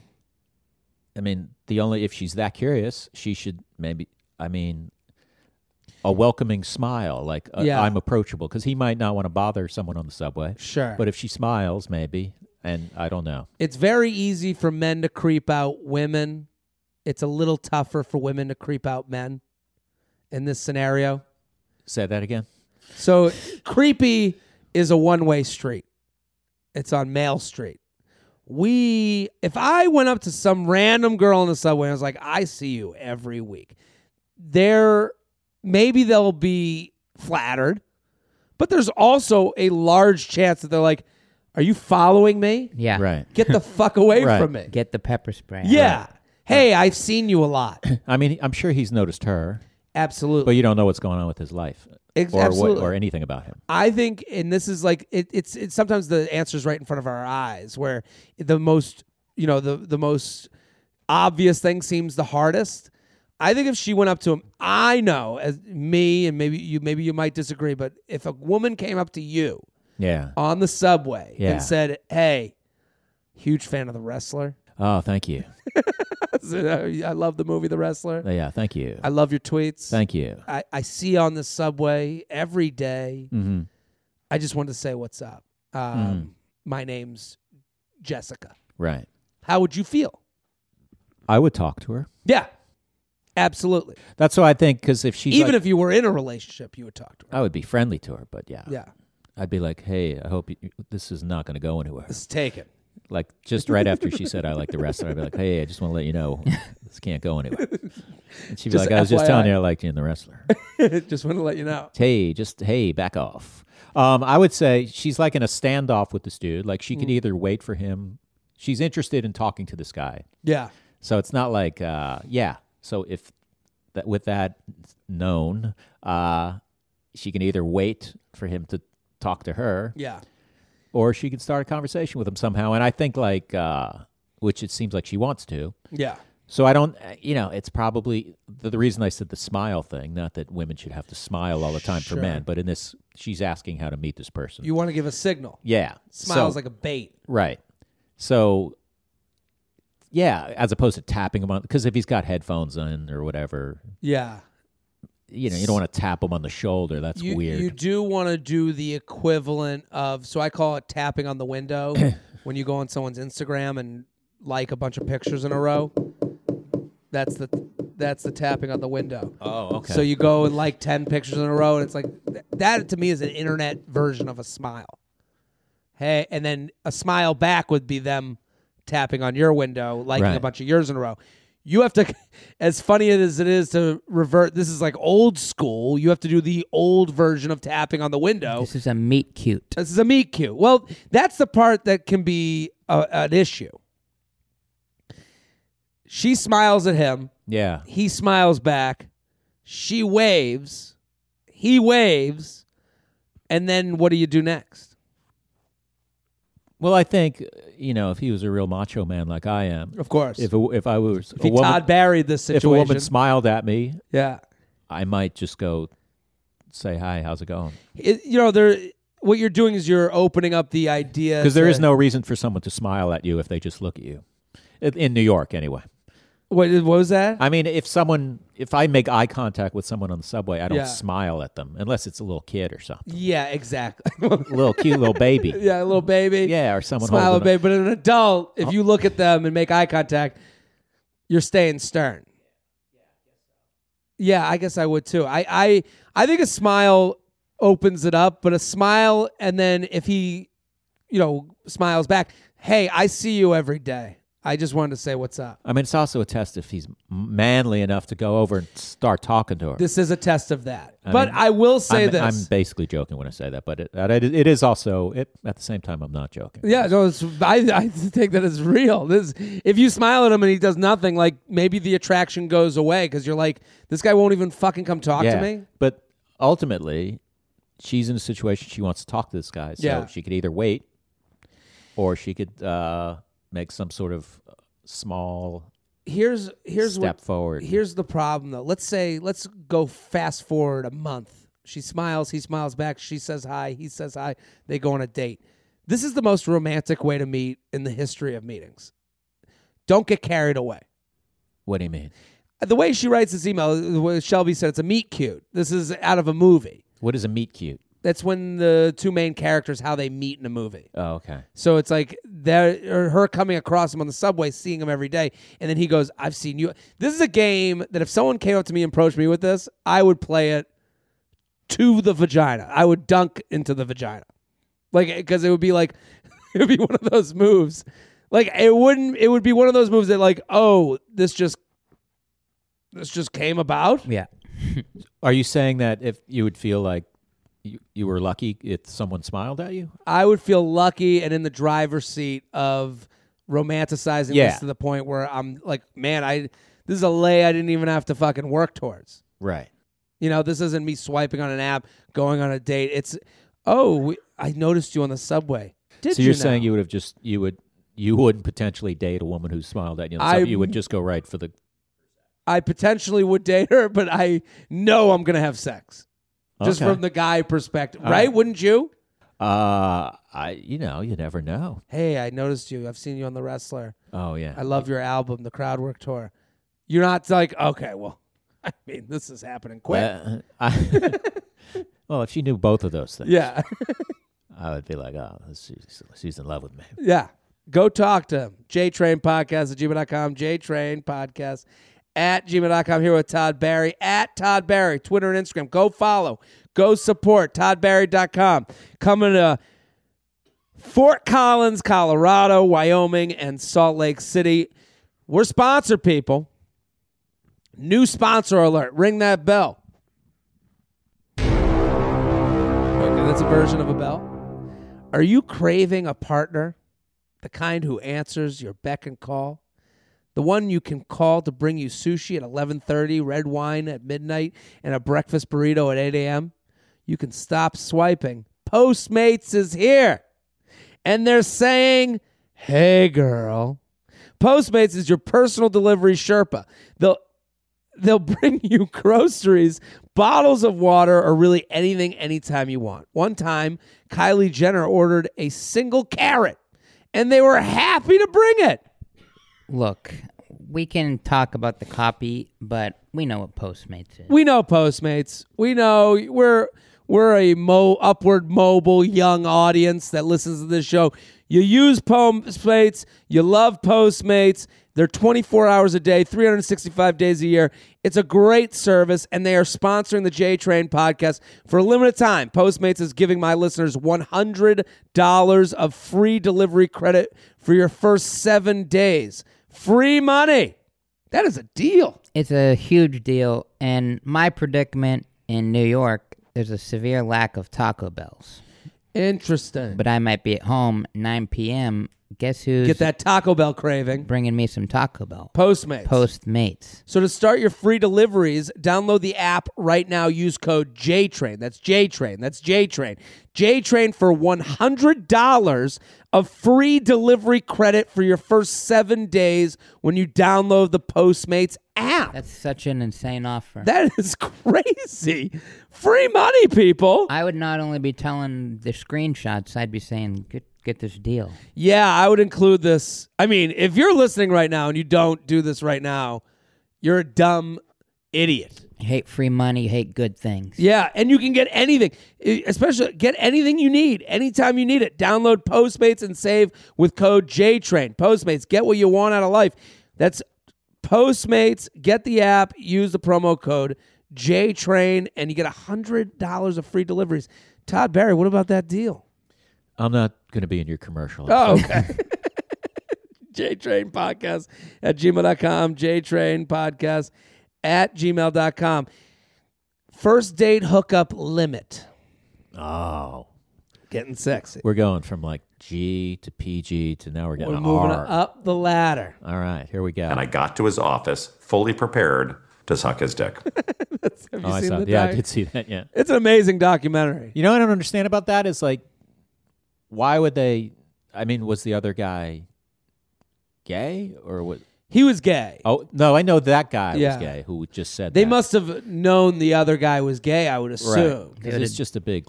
[SPEAKER 3] I mean, the only if she's that curious, she should maybe. I mean, a welcoming smile, like uh,
[SPEAKER 1] Yeah.
[SPEAKER 3] I'm approachable, because he might not want to bother someone on the subway.
[SPEAKER 1] Sure.
[SPEAKER 3] But if she smiles, maybe, and I don't know.
[SPEAKER 1] it's very easy for men to creep out women. It's a little tougher for women to creep out men in this scenario.
[SPEAKER 3] Say that again.
[SPEAKER 1] So creepy is a one-way street. It's on Mail Street. We if I went up to some random girl in the subway and was like, "I see you every week." There maybe they'll be flattered, but there's also a large chance that they're like, "Are you following me?
[SPEAKER 2] Yeah.
[SPEAKER 3] Right.
[SPEAKER 1] Get the fuck away
[SPEAKER 3] Right.
[SPEAKER 1] from me."
[SPEAKER 2] Get the pepper spray.
[SPEAKER 1] Yeah. Hey, I've seen you a
[SPEAKER 3] (coughs)
[SPEAKER 1] lot.
[SPEAKER 3] I mean, I'm sure he's noticed her, but
[SPEAKER 1] Absolutely.
[SPEAKER 3] you don't know what's going on with his life
[SPEAKER 1] Ex-
[SPEAKER 3] or
[SPEAKER 1] absolutely.
[SPEAKER 3] or anything about him.
[SPEAKER 1] I think, and this is like it, it's it's sometimes the answer's right in front of our eyes, where the most you know the the most obvious thing seems the hardest. I think if she went up to him, I know as me, and maybe you maybe you might disagree, but if a woman came up to you
[SPEAKER 3] Yeah.
[SPEAKER 1] on the subway
[SPEAKER 3] Yeah.
[SPEAKER 1] and said, "Hey, huge fan of the wrestler. (laughs)
[SPEAKER 3] Oh, thank you.
[SPEAKER 1] I love the movie The Wrestler.
[SPEAKER 3] Oh, Yeah, thank you.
[SPEAKER 1] I love your tweets.
[SPEAKER 3] Thank you.
[SPEAKER 1] I, I see you on the subway every day.
[SPEAKER 3] Mm-hmm.
[SPEAKER 1] I just wanted to say what's up. Um, My name's Jessica.
[SPEAKER 3] Right.
[SPEAKER 1] How would you feel?
[SPEAKER 3] I would talk to her.
[SPEAKER 1] Yeah, absolutely.
[SPEAKER 3] That's why I think because if she's
[SPEAKER 1] Even
[SPEAKER 3] like-
[SPEAKER 1] if you were in a relationship, you would talk to her.
[SPEAKER 3] I would be friendly to her, but yeah,
[SPEAKER 1] Yeah,
[SPEAKER 3] I'd be like, "Hey, I hope you, this is not going to go anywhere."
[SPEAKER 1] let's take it.
[SPEAKER 3] Like just right after she said, "I like the wrestler," I'd be like, "Hey, I just want to let you (laughs) know this can't go anywhere." And she'd be
[SPEAKER 1] Just
[SPEAKER 3] like, "I was just telling
[SPEAKER 1] FYI.
[SPEAKER 3] you I liked you in the wrestler."
[SPEAKER 1] (laughs) just want to let you know.
[SPEAKER 3] hey, just hey, back off. Um, I would say she's like in a standoff with this dude. Like she could either wait for him. She's interested in talking to this guy,
[SPEAKER 1] Yeah,
[SPEAKER 3] so it's not like uh, yeah. So if that with that known, uh, she can either wait for him to talk to her
[SPEAKER 1] yeah.
[SPEAKER 3] or she can start a conversation with him somehow. And I think like, uh, which it seems like she wants to.
[SPEAKER 1] Yeah.
[SPEAKER 3] So I don't, uh, you know, it's probably the, the reason I said the smile thing. Not that women should have to smile all the time
[SPEAKER 1] Sure.
[SPEAKER 3] for men, but in this, she's asking how to meet this person.
[SPEAKER 1] You want to give a signal.
[SPEAKER 3] yeah,
[SPEAKER 1] Smiles
[SPEAKER 3] So-
[SPEAKER 1] like a bait.
[SPEAKER 3] right. So, yeah, as opposed to tapping him on, because if he's got headphones in or whatever,
[SPEAKER 1] Yeah.
[SPEAKER 3] you know, you don't want to tap him on the shoulder. That's
[SPEAKER 1] you,
[SPEAKER 3] weird.
[SPEAKER 1] You do want to do the equivalent of so I call it tapping on the window
[SPEAKER 3] (coughs)
[SPEAKER 1] when you go on someone's Instagram and like a bunch of pictures in a row. That's the that's the tapping on the window.
[SPEAKER 3] oh, okay.
[SPEAKER 1] So you go and like ten pictures in a row, and it's like th- that to me is an internet version of a smile. Hey, and then a smile back would be them tapping on your window, liking a
[SPEAKER 3] Right.
[SPEAKER 1] bunch of yours in a row. you have to, (laughs) as funny as it is to revert, this is like old school. You have to do the old version of tapping on the window.
[SPEAKER 2] This is a meat cute.
[SPEAKER 1] This is a meet cute. Well, that's the part that can be a, an issue. She smiles at him.
[SPEAKER 3] Yeah.
[SPEAKER 1] He smiles back. She waves. He waves. And then what do you do next?
[SPEAKER 3] Well, I think uh, you know if he was a real macho man like I am,
[SPEAKER 1] Of course. If,
[SPEAKER 3] if a, if I was a
[SPEAKER 1] he
[SPEAKER 3] woman,
[SPEAKER 1] Todd Barry this
[SPEAKER 3] if a
[SPEAKER 1] situation.
[SPEAKER 3] woman smiled at me,
[SPEAKER 1] yeah.
[SPEAKER 3] I might just go say hi. How's it going?
[SPEAKER 1] It- you know, there what you're doing is you're opening up the idea
[SPEAKER 3] Because there
[SPEAKER 1] to-
[SPEAKER 3] is no reason for someone to smile at you if they just look at you. In- In New York, anyway.
[SPEAKER 1] What, what was that?
[SPEAKER 3] I mean, if someone, if I make eye contact with someone on the subway, I don't
[SPEAKER 1] Yeah.
[SPEAKER 3] smile at them unless it's a little kid or something,
[SPEAKER 1] yeah, exactly. (laughs)
[SPEAKER 3] little cute little baby, yeah,
[SPEAKER 1] yeah, a little baby.
[SPEAKER 3] or someone
[SPEAKER 1] smile,
[SPEAKER 3] holding a- Oh.
[SPEAKER 1] baby. But an adult, if you look at them and make eye contact, you're staying stern. Yeah, I guess I would too. I, I, I think a smile opens it up, but a smile, and then if he, you know, smiles back, hey, I see you every day. I just wanted to say what's up.
[SPEAKER 3] I mean, it's also a test if he's manly enough to go over and start talking to her.
[SPEAKER 1] This is a test of that.
[SPEAKER 3] I
[SPEAKER 1] but
[SPEAKER 3] mean,
[SPEAKER 1] I will say
[SPEAKER 3] I'm,
[SPEAKER 1] this.
[SPEAKER 3] I'm basically joking when I say that, but it, that it, it is also it, at the same time I'm not joking.
[SPEAKER 1] Yeah, no, it's, I, I think that it's real. This, if you smile at him and he does nothing, like maybe the attraction goes away because you're like, this guy won't even fucking come talk
[SPEAKER 3] Yeah.
[SPEAKER 1] to me.
[SPEAKER 3] But ultimately, she's in a situation she wants to talk to this guy, so
[SPEAKER 1] Yeah.
[SPEAKER 3] she could either wait, or she could uh, make some sort of small
[SPEAKER 1] Here's here's
[SPEAKER 3] step
[SPEAKER 1] what
[SPEAKER 3] forward.
[SPEAKER 1] here's the problem though. Let's say let's go fast forward a month. She smiles, he smiles back. She says hi, he says hi. They go on a date. This is the most romantic way to meet in the history of meetings. Don't get carried away.
[SPEAKER 3] what do you mean?
[SPEAKER 1] The way she writes this email, what Shelby said it's a meet cute. This is out of a movie.
[SPEAKER 3] What is a meet cute?
[SPEAKER 1] That's when the two main characters how they meet in a movie.
[SPEAKER 3] Oh, okay.
[SPEAKER 1] So it's like their or her coming across him on the subway, seeing him every day, and then he goes, "I've seen you." This is a game that if someone came up to me and approached me with this, I would play it to the vagina. I would dunk into the vagina, like because it would be like (laughs) it would be one of those moves. Like it wouldn't. It would be one of those moves that like, oh, this just this just came about.
[SPEAKER 2] Yeah.
[SPEAKER 3] (laughs) Are you saying that if you would feel like you, you were lucky if someone smiled at you?
[SPEAKER 1] I would feel lucky and in the driver's seat of romanticizing
[SPEAKER 3] Yeah.
[SPEAKER 1] this to the point where I'm like, man, I this is a lay I didn't even have to fucking work towards.
[SPEAKER 3] Right.
[SPEAKER 1] You know, this isn't me swiping on an app, going on a date. It's oh, we, I noticed you on the subway. Did
[SPEAKER 3] So you're
[SPEAKER 1] you
[SPEAKER 3] saying
[SPEAKER 1] now?
[SPEAKER 3] you would have just you would you wouldn't potentially date a woman who smiled at you. So
[SPEAKER 1] I-
[SPEAKER 3] you would just go right for the
[SPEAKER 1] I potentially would date her, but I know I'm gonna have sex. Just
[SPEAKER 3] Okay.
[SPEAKER 1] from the guy perspective,
[SPEAKER 3] All
[SPEAKER 1] right?
[SPEAKER 3] right.
[SPEAKER 1] Wouldn't you?
[SPEAKER 3] uh I you know, you never know.
[SPEAKER 1] Hey, I noticed you. I've seen you on the wrestler.
[SPEAKER 3] Oh yeah.
[SPEAKER 1] I love your album, the Crowdwork Tour. You're not like, okay, well, (laughs) I mean, this is happening quick.
[SPEAKER 3] Uh, (laughs) I, well, if she knew both of those things,
[SPEAKER 1] Yeah.
[SPEAKER 3] I would be like, oh, she's, she's in love with me.
[SPEAKER 1] yeah. Go talk to him. JTrain Podcast at gmail.com. JTrain Podcast at gmail.com. Here with Todd Barry at Todd Barry, Twitter and Instagram. Go follow. Go support ToddBarry.com. Coming to Fort Collins, Colorado, Wyoming, and Salt Lake City. We're sponsored, people. New sponsor alert. Ring that bell. Okay, that's a version of a bell. Are you craving a partner? The kind who answers your beck and call? The one you can call to bring you sushi at 11:30, red wine at midnight, and a breakfast burrito at 8 a.m. You can stop swiping. Postmates is here. And they're saying, "Hey girl, Postmates is your personal delivery Sherpa. They'll they'll bring you groceries, bottles of water, or really anything anytime you want. One time, Kylie Jenner ordered a single carrot, and they were happy to bring it.
[SPEAKER 2] Look, we can talk about the copy, but we know what Postmates is.
[SPEAKER 1] We know Postmates. We know we're we're a mo upward mobile young audience that listens to this show. You use Postmates. You love Postmates. They're 24 hours a day, 365 days a year. It's a great service, and they are sponsoring the J Train podcast for a limited time. Postmates is giving my listeners $100 of free delivery credit for your first seven days. Free money. That is a deal.
[SPEAKER 2] It's a huge deal. And my predicament in New York, there's a severe lack of Taco Bells.
[SPEAKER 1] Interesting.
[SPEAKER 2] But I might be at home 9 p.m. Guess who's
[SPEAKER 1] Get that Taco Bell craving.
[SPEAKER 2] bringing me some Taco Bell?
[SPEAKER 1] Postmates.
[SPEAKER 2] Postmates.
[SPEAKER 1] So to start your free deliveries, download the app right now. Use code JTRAIN. That's JTRAIN. That's JTRAIN. JTRAIN for $100 of free delivery credit for your first seven days when you download the Postmates app.
[SPEAKER 2] That's such an insane offer.
[SPEAKER 1] that is crazy. Free money, people.
[SPEAKER 2] I would not only be telling the screenshots, I'd be saying, get, get this deal.
[SPEAKER 1] Yeah, I would include this. I mean, if you're listening right now and you don't do this right now, you're a dumb idiot.
[SPEAKER 2] Hate free money, hate good things.
[SPEAKER 1] Yeah, and you can get anything, e- especially get anything you need anytime you need it. Download Postmates and save with code JTRAIN. Postmates, get what you want out of life. That's Postmates. Get the app, use the promo code JTRAIN, and you get $100 of free deliveries. Todd Barry, what about that deal?
[SPEAKER 3] I'm not going to be in your commercial.
[SPEAKER 1] Oh, okay. (laughs) JTrain Podcast at gmail.com. JTrain Podcast at gmail.com. First date hookup limit.
[SPEAKER 3] Oh.
[SPEAKER 1] Getting sexy.
[SPEAKER 3] We're going from like G to PG to now we're getting
[SPEAKER 1] We're moving
[SPEAKER 3] R.
[SPEAKER 1] up the ladder.
[SPEAKER 3] All right, here we go.
[SPEAKER 5] and I got to his office fully prepared to suck his dick.
[SPEAKER 1] Have you
[SPEAKER 3] oh, I
[SPEAKER 1] seen
[SPEAKER 3] saw.
[SPEAKER 1] the
[SPEAKER 3] Yeah, I
[SPEAKER 1] doc?
[SPEAKER 3] did see that. Yeah.
[SPEAKER 1] It's an amazing documentary.
[SPEAKER 3] You know what I don't understand about that is like, why would they? I mean, was the other guy gay or what?
[SPEAKER 1] He was gay.
[SPEAKER 3] Oh no, I know that guy
[SPEAKER 1] Yeah.
[SPEAKER 3] was gay who just said
[SPEAKER 1] They
[SPEAKER 3] that.
[SPEAKER 1] must have known the other guy was gay, I would assume. (laughs)
[SPEAKER 3] Right. 'Cause It's just a big.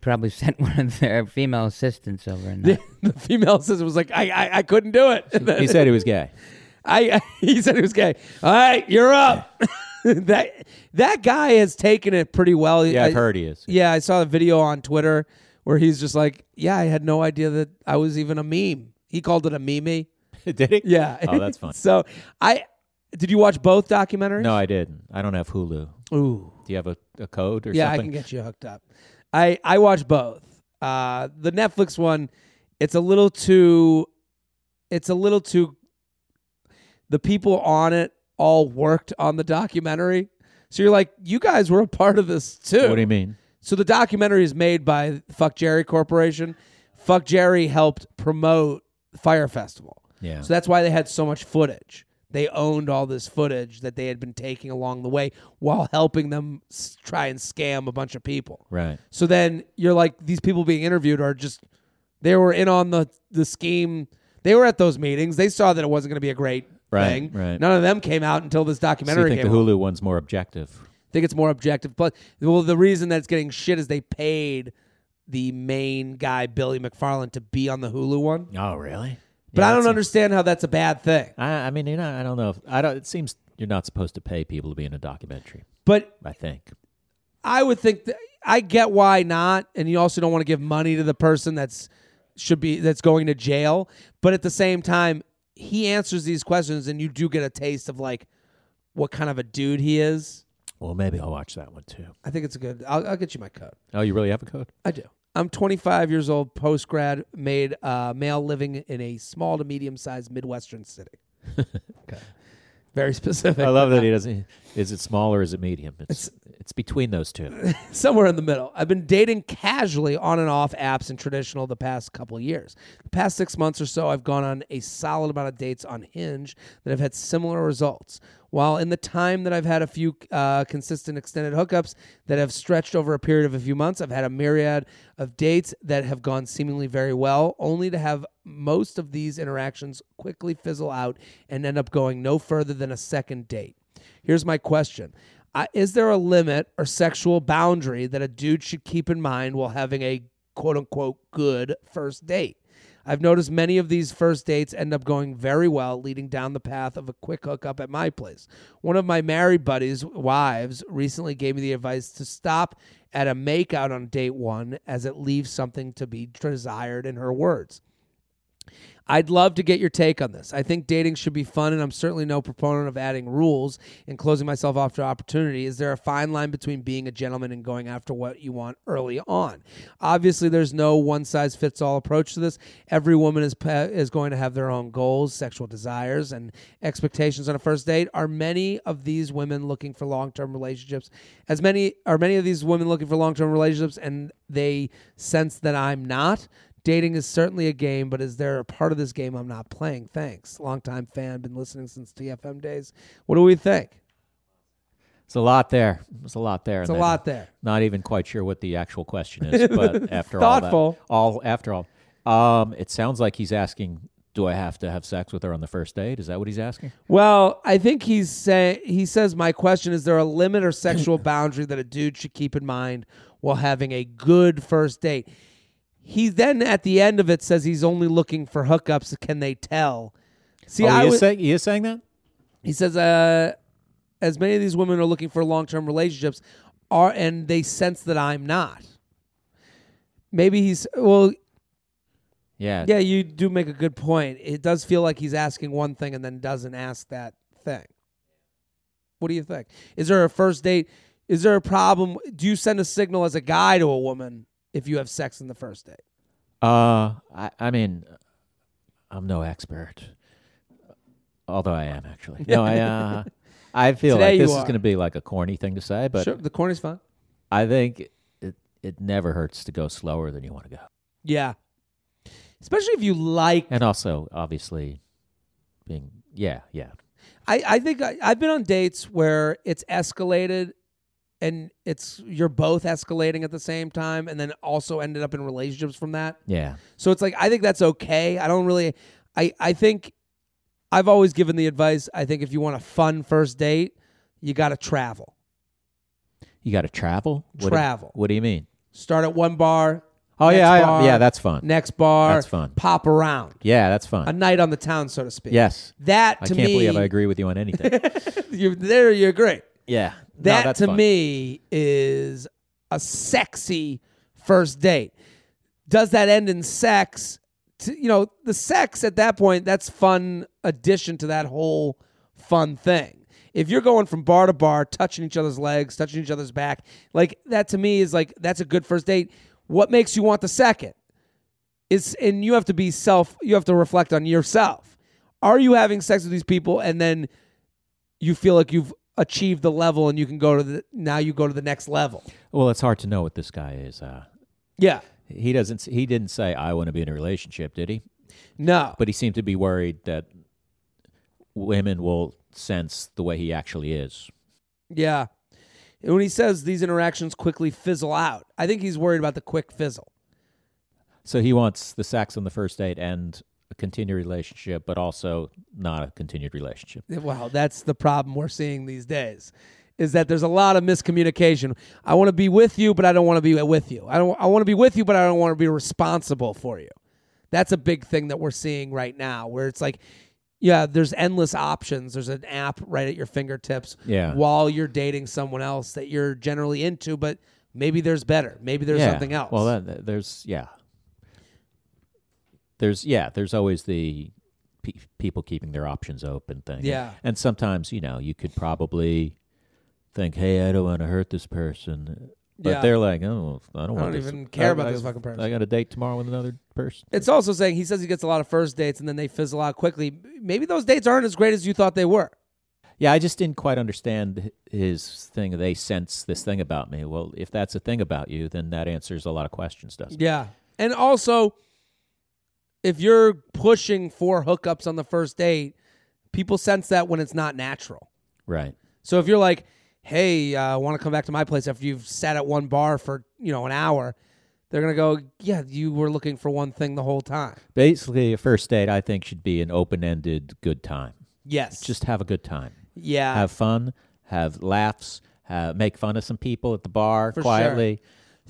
[SPEAKER 2] Probably sent (laughs) one of their female assistants over and that.
[SPEAKER 1] The female sister was like, I, I, I couldn't do it. And (laughs) then
[SPEAKER 3] He said he was gay.
[SPEAKER 1] I, (laughs) I he said he was gay. All right, you're up. (laughs) that that guy has taken it pretty well.
[SPEAKER 3] Yeah, I've
[SPEAKER 1] I-
[SPEAKER 3] heard he
[SPEAKER 1] (laughs)
[SPEAKER 3] is. (laughs)
[SPEAKER 1] Yeah, I saw a video on Twitter where he's just like, "Yeah, I had no idea that I was even a meme." He called it a meme.
[SPEAKER 3] Did he?
[SPEAKER 1] Yeah. (laughs)
[SPEAKER 3] Oh, that's fun.
[SPEAKER 1] so, I did you watch both documentaries?
[SPEAKER 3] No, I didn't. I don't have Hulu.
[SPEAKER 1] Ooh.
[SPEAKER 3] Do you have a, a code or
[SPEAKER 1] Yeah, I can
[SPEAKER 3] something?
[SPEAKER 1] get you hooked up. I I watch both. Uh, the Netflix one, it's a little too, it's a little too. The people on it all worked on the documentary, so you're like, you guys were a part of this too.
[SPEAKER 3] What do you mean?
[SPEAKER 1] So the documentary is made by Fuck Jerry Corporation. Fuck Jerry helped promote Fire Festival.
[SPEAKER 3] Yeah.
[SPEAKER 1] So that's why they had so much footage. They owned all this footage that they had been taking along the way while helping them s- try and scam a bunch of people.
[SPEAKER 3] right.
[SPEAKER 1] So then you're like, these people being interviewed are just, they were in on the, the scheme. They were at those meetings. They saw that it wasn't going to be a great
[SPEAKER 3] Right,
[SPEAKER 1] thing.
[SPEAKER 3] right.
[SPEAKER 1] None of them came out until this
[SPEAKER 3] So you
[SPEAKER 1] documentary
[SPEAKER 3] think
[SPEAKER 1] came
[SPEAKER 3] the
[SPEAKER 1] out.
[SPEAKER 3] Hulu one's more objective?
[SPEAKER 1] I think it's more objective. Plus, well, the reason that it's getting shit is they paid the main guy Billy McFarland to be on the Hulu one.
[SPEAKER 3] Oh, really?
[SPEAKER 1] But I don't understand how that's a bad thing.
[SPEAKER 3] I, I mean, you know, I don't know. If, I don't. It seems you're not supposed to pay people to be in a documentary.
[SPEAKER 1] But
[SPEAKER 3] I think.
[SPEAKER 1] I would think that I get why not, and you also don't want to give money to the person that's should be that's going to jail. But at the same time, he answers these questions, and you do get a taste of like what kind of a dude he is.
[SPEAKER 3] Well, maybe I'll watch that one too.
[SPEAKER 1] I think it's a good. I'll, I'll get you my code.
[SPEAKER 3] Oh, you really have a code?
[SPEAKER 1] I do. I'm 25 years old, post grad, made uh, male living in a small to medium sized Midwestern city. okay. Very specific.
[SPEAKER 3] I love that he doesn't. Is it small or is it medium? It's it's, between those two.
[SPEAKER 1] Somewhere in the middle. I've been dating casually on and off apps and traditional the past couple of years. The past six months or so, I've gone on a solid amount of dates on Hinge that have had similar results. While in the time that I've had a few uh, consistent extended hookups that have stretched over a period of a few months, I've had a myriad of dates that have gone seemingly very well, only to have most of these interactions quickly fizzle out and end up going no further than a second date. Here's my question. Uh, is there a limit or sexual boundary that a dude should keep in mind while having a quote unquote good first date? I've noticed many of these first dates end up going very well, leading down the path of a quick hookup at my place. One of my married buddies' wives recently gave me the advice to stop at a makeout on date one as it leaves something to be desired, in her words. I'd love to get your take on this. I think dating should be fun, and I'm certainly no proponent of adding rules and closing myself off to opportunity. Is there a fine line between being a gentleman and going after what you want early on? Obviously, there's no one size fits all approach to this. Every woman is pa- is going to have their own goals, sexual desires, and expectations on a first date. Are many of these women looking for long term relationships? As many are many of these women looking for long term relationships, and they sense that I'm not. Dating is certainly a game, but is there a part of this game I'm not playing? Thanks. Longtime fan, been listening since TFM days. What do we think?
[SPEAKER 3] It's a lot there. It's a lot there.
[SPEAKER 1] It's a lot there.
[SPEAKER 3] Not even quite sure what the actual question
[SPEAKER 1] (laughs)
[SPEAKER 3] is, but after all, that-
[SPEAKER 1] Thoughtful.
[SPEAKER 3] all after all, um, it sounds like he's asking, "Do I have to have sex with her on the first date?" Is that what he's asking?
[SPEAKER 1] Well, I think he's say he says my question is there a limit or (clears throat) sexual boundary that a dude should keep in mind while having a good first date? He then at the end of it says he's only looking for hookups. Can they tell? See,
[SPEAKER 3] oh,
[SPEAKER 1] I
[SPEAKER 3] he, is
[SPEAKER 1] would-
[SPEAKER 3] saying, he is saying that.
[SPEAKER 1] He says, uh, as many of these women are looking for long term relationships, are and they sense that I'm not. Maybe he's well,
[SPEAKER 3] Yeah.
[SPEAKER 1] yeah. You do make a good point. It does feel like he's asking one thing and then doesn't ask that thing. What do you think? Is there a first date? Is there a problem? Do you send a signal as a guy to a woman if you have sex in the first date?
[SPEAKER 3] Uh, I, I mean, I'm no expert, although I am actually. No, I. Uh,
[SPEAKER 1] (laughs)
[SPEAKER 3] I feel
[SPEAKER 1] Today
[SPEAKER 3] like
[SPEAKER 1] you
[SPEAKER 3] this is
[SPEAKER 1] are.
[SPEAKER 3] going to be like a corny thing to say, but
[SPEAKER 1] sure, the corny's fine.
[SPEAKER 3] I think it it never hurts to go slower than you want to go.
[SPEAKER 1] Yeah, especially if you like
[SPEAKER 3] And also, obviously, being yeah, yeah.
[SPEAKER 1] I, I think I, I've been on dates where it's escalated and it's you're both escalating at the same time and then also ended up in relationships from that.
[SPEAKER 3] Yeah.
[SPEAKER 1] So it's like I think that's okay. I don't really I I think I've always given the advice I think if you want a fun first date, you got to travel.
[SPEAKER 3] You got to travel? What do-
[SPEAKER 1] Travel.
[SPEAKER 3] what do you mean?
[SPEAKER 1] Start at one bar,
[SPEAKER 3] Oh
[SPEAKER 1] Next
[SPEAKER 3] yeah, I-
[SPEAKER 1] bar.
[SPEAKER 3] yeah, that's fun.
[SPEAKER 1] next bar,
[SPEAKER 3] That's fun.
[SPEAKER 1] pop around.
[SPEAKER 3] Yeah, that's
[SPEAKER 1] A
[SPEAKER 3] fun.
[SPEAKER 1] night on the town, so to speak.
[SPEAKER 3] yes.
[SPEAKER 1] That
[SPEAKER 3] I
[SPEAKER 1] uh, to
[SPEAKER 3] can't
[SPEAKER 1] me
[SPEAKER 3] believe I agree with you on anything.
[SPEAKER 1] (laughs) you there you agree.
[SPEAKER 3] yeah. No,
[SPEAKER 1] That
[SPEAKER 3] that's
[SPEAKER 1] to
[SPEAKER 3] fun.
[SPEAKER 1] me is a sexy first date. Does that end in sex? To, you know, the sex at that point, that's fun addition to that whole fun thing. If you're going from bar to bar, touching each other's legs, touching each other's back, like that to me is like that's a good first date. What makes you want the second? Is and you have to be self you have to reflect on yourself. Are you having sex with these people and then you feel like you've achieved the level and you can go to the now you go to the next level.
[SPEAKER 3] Well, it's hard to know what this guy is. Uh,
[SPEAKER 1] Yeah.
[SPEAKER 3] he doesn't. He didn't say I want to be in a relationship, did he?
[SPEAKER 1] No.
[SPEAKER 3] But he seemed to be worried that women will sense the way he actually is.
[SPEAKER 1] Yeah. And when he says these interactions quickly fizzle out, I think he's worried about the quick fizzle.
[SPEAKER 3] So he wants the sex on the first date and a continued relationship, but also not a continued relationship.
[SPEAKER 1] Wow, that's the problem we're seeing these days. Is that there's a lot of miscommunication. I want to be with you, but I don't want to be with you. I don't I want to be with you, but I don't want to be responsible for you. That's a big thing that we're seeing right now where it's like yeah, there's endless options. There's an app right at your fingertips
[SPEAKER 3] Yeah.
[SPEAKER 1] while you're dating someone else that you're generally into, but maybe there's better. Maybe there's
[SPEAKER 3] Yeah.
[SPEAKER 1] something else.
[SPEAKER 3] Well, then th- there's yeah, there's yeah, there's always the pe- people keeping their options open thing.
[SPEAKER 1] Yeah.
[SPEAKER 3] and sometimes you know you could probably think, hey, I don't want to hurt this person, but
[SPEAKER 1] Yeah.
[SPEAKER 3] they're like, oh, I don't,
[SPEAKER 1] I don't
[SPEAKER 3] want this-
[SPEAKER 1] even care about
[SPEAKER 3] I-
[SPEAKER 1] this fucking person.
[SPEAKER 3] I got a date tomorrow with another person.
[SPEAKER 1] It's also saying he says he gets a lot of first dates and then they fizzle out quickly. Maybe those dates aren't as great as you thought they were.
[SPEAKER 3] Yeah, I just didn't quite understand h- his thing. They sense this thing about me. Well, if that's a thing about you, then that answers a lot of questions, doesn't it?
[SPEAKER 1] Yeah. And also, if you're pushing for hookups on the first date, people sense that when it's not natural.
[SPEAKER 3] Right.
[SPEAKER 1] So if you're like, hey, I uh, want to come back to my place after you've sat at one bar for, you know, an hour, they're going to go, yeah, you were looking for one thing the whole time.
[SPEAKER 3] Basically, a first date, I think, should be an open ended good time.
[SPEAKER 1] Yes.
[SPEAKER 3] Just have a good time.
[SPEAKER 1] yeah.
[SPEAKER 3] have fun, have laughs, have, make fun of some people at the bar
[SPEAKER 1] For sure.
[SPEAKER 3] quietly.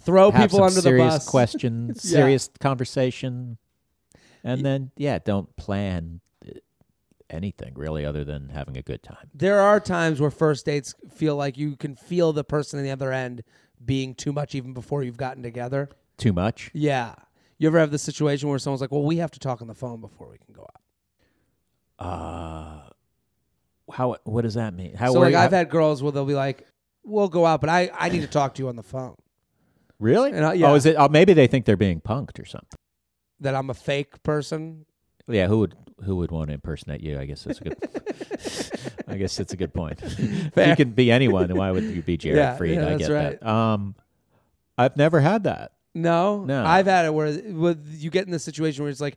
[SPEAKER 1] Throw
[SPEAKER 3] have
[SPEAKER 1] people
[SPEAKER 3] some
[SPEAKER 1] under the
[SPEAKER 3] serious
[SPEAKER 1] bus. (laughs)
[SPEAKER 3] questions,
[SPEAKER 1] Yeah.
[SPEAKER 3] serious conversation, and then yeah, don't plan uh, anything really other than having a good time.
[SPEAKER 1] There are times where first dates feel like you can feel the person on the other end being too much even before you've gotten together.
[SPEAKER 3] Too much.
[SPEAKER 1] Yeah. You ever have this situation where someone's like, "Well, we have to talk on the phone before we can go out."
[SPEAKER 3] Uh, how? What does that mean? How?
[SPEAKER 1] so
[SPEAKER 3] were
[SPEAKER 1] like,
[SPEAKER 3] you-
[SPEAKER 1] I've
[SPEAKER 3] how-
[SPEAKER 1] had girls where they'll be like, "We'll go out, but I I need to talk to you on the phone."
[SPEAKER 3] really.
[SPEAKER 1] and I- yeah.
[SPEAKER 3] Oh, is it? Oh, maybe they think they're being punked or something.
[SPEAKER 1] That I'm a fake person.
[SPEAKER 3] Yeah, who would who would want to impersonate you? I guess that's a good. (laughs) I guess that's a good point. (laughs) if
[SPEAKER 1] Fair.
[SPEAKER 3] you can be anyone, why would
[SPEAKER 1] (laughs)
[SPEAKER 3] you be Jared
[SPEAKER 1] Yeah,
[SPEAKER 3] Fried?
[SPEAKER 1] yeah,
[SPEAKER 3] I
[SPEAKER 1] that's
[SPEAKER 3] get
[SPEAKER 1] right.
[SPEAKER 3] that. Um, I've never had that.
[SPEAKER 1] No,
[SPEAKER 3] No.
[SPEAKER 1] I've had it where with you get in this situation where it's like,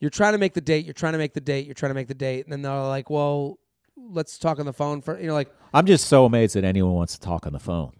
[SPEAKER 1] you're trying to make the date, you're trying to make the date, you're trying to make the date, and then they're like, "Well, let's talk on the phone for," you know, like.
[SPEAKER 3] I'm just so amazed that anyone wants to talk on the phone.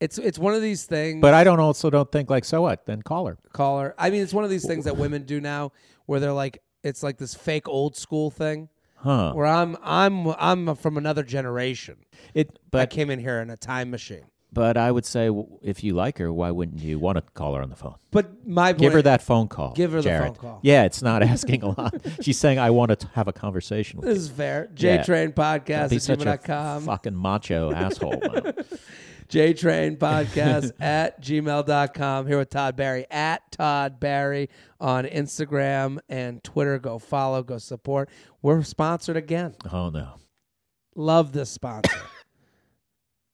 [SPEAKER 1] It's it's one of these things.
[SPEAKER 3] But I don't also don't think like so what? Then call her.
[SPEAKER 1] caller. I mean, it's one of these things that women do now, where they're like, it's like this fake old school thing.
[SPEAKER 3] Huh?
[SPEAKER 1] Where I'm I'm I'm from another generation.
[SPEAKER 3] It.
[SPEAKER 1] I
[SPEAKER 3] But
[SPEAKER 1] came in here in a time machine.
[SPEAKER 3] but I would say w- if you like her, why wouldn't you want to call her on the phone?
[SPEAKER 1] But my
[SPEAKER 3] Give her
[SPEAKER 1] point-
[SPEAKER 3] that phone call.
[SPEAKER 1] Give her the phone
[SPEAKER 3] Jared.
[SPEAKER 1] call.
[SPEAKER 3] Yeah, it's not (laughs) asking a lot. She's saying, "I want to t- have a conversation with
[SPEAKER 1] This
[SPEAKER 3] you."
[SPEAKER 1] is fair.
[SPEAKER 3] Yeah.
[SPEAKER 1] JTrain
[SPEAKER 3] Don't
[SPEAKER 1] Podcast
[SPEAKER 3] be
[SPEAKER 1] at
[SPEAKER 3] such a
[SPEAKER 1] gmail.com.
[SPEAKER 3] fucking macho asshole. man. (laughs)
[SPEAKER 1] JTrain Podcast (laughs) at gmail.com. Here with Todd Barry at Todd Barry on Instagram and Twitter. Go follow, go support. We're sponsored again.
[SPEAKER 3] oh no,
[SPEAKER 1] Love this
[SPEAKER 3] (coughs)
[SPEAKER 1] sponsor.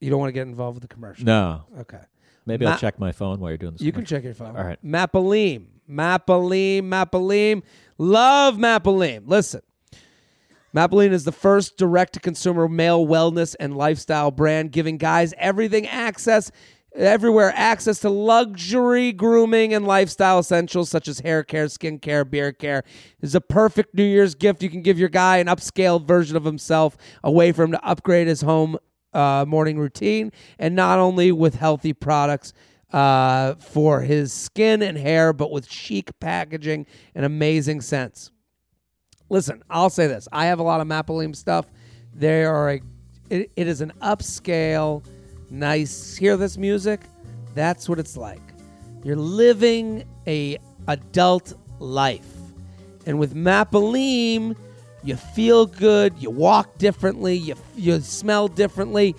[SPEAKER 1] you don't want to get involved with the commercial.
[SPEAKER 3] no.
[SPEAKER 1] Okay.
[SPEAKER 3] Maybe
[SPEAKER 1] Ma-
[SPEAKER 3] I'll check my phone while you're doing this.
[SPEAKER 1] You can check your phone.
[SPEAKER 3] All right.
[SPEAKER 1] Mapalim. Mapalim. Mapalim. Love Mapalim. Listen. Mapaline is the first direct to consumer male wellness and lifestyle brand, giving guys everything access, everywhere access to luxury grooming and lifestyle essentials such as hair care, skin care, beard care. This is a perfect New Year's gift you can give your guy an upscaled version of himself, a way for him to upgrade his home uh, morning routine, and not only with healthy products uh, for his skin and hair, but with chic packaging and amazing scents listen, I'll say this. I have a lot of Mapalim stuff. They are a, it, it is an upscale, nice. Hear this music? That's what it's like. You're living a adult life, and with Mapalim, you feel good. You walk differently. You you smell differently,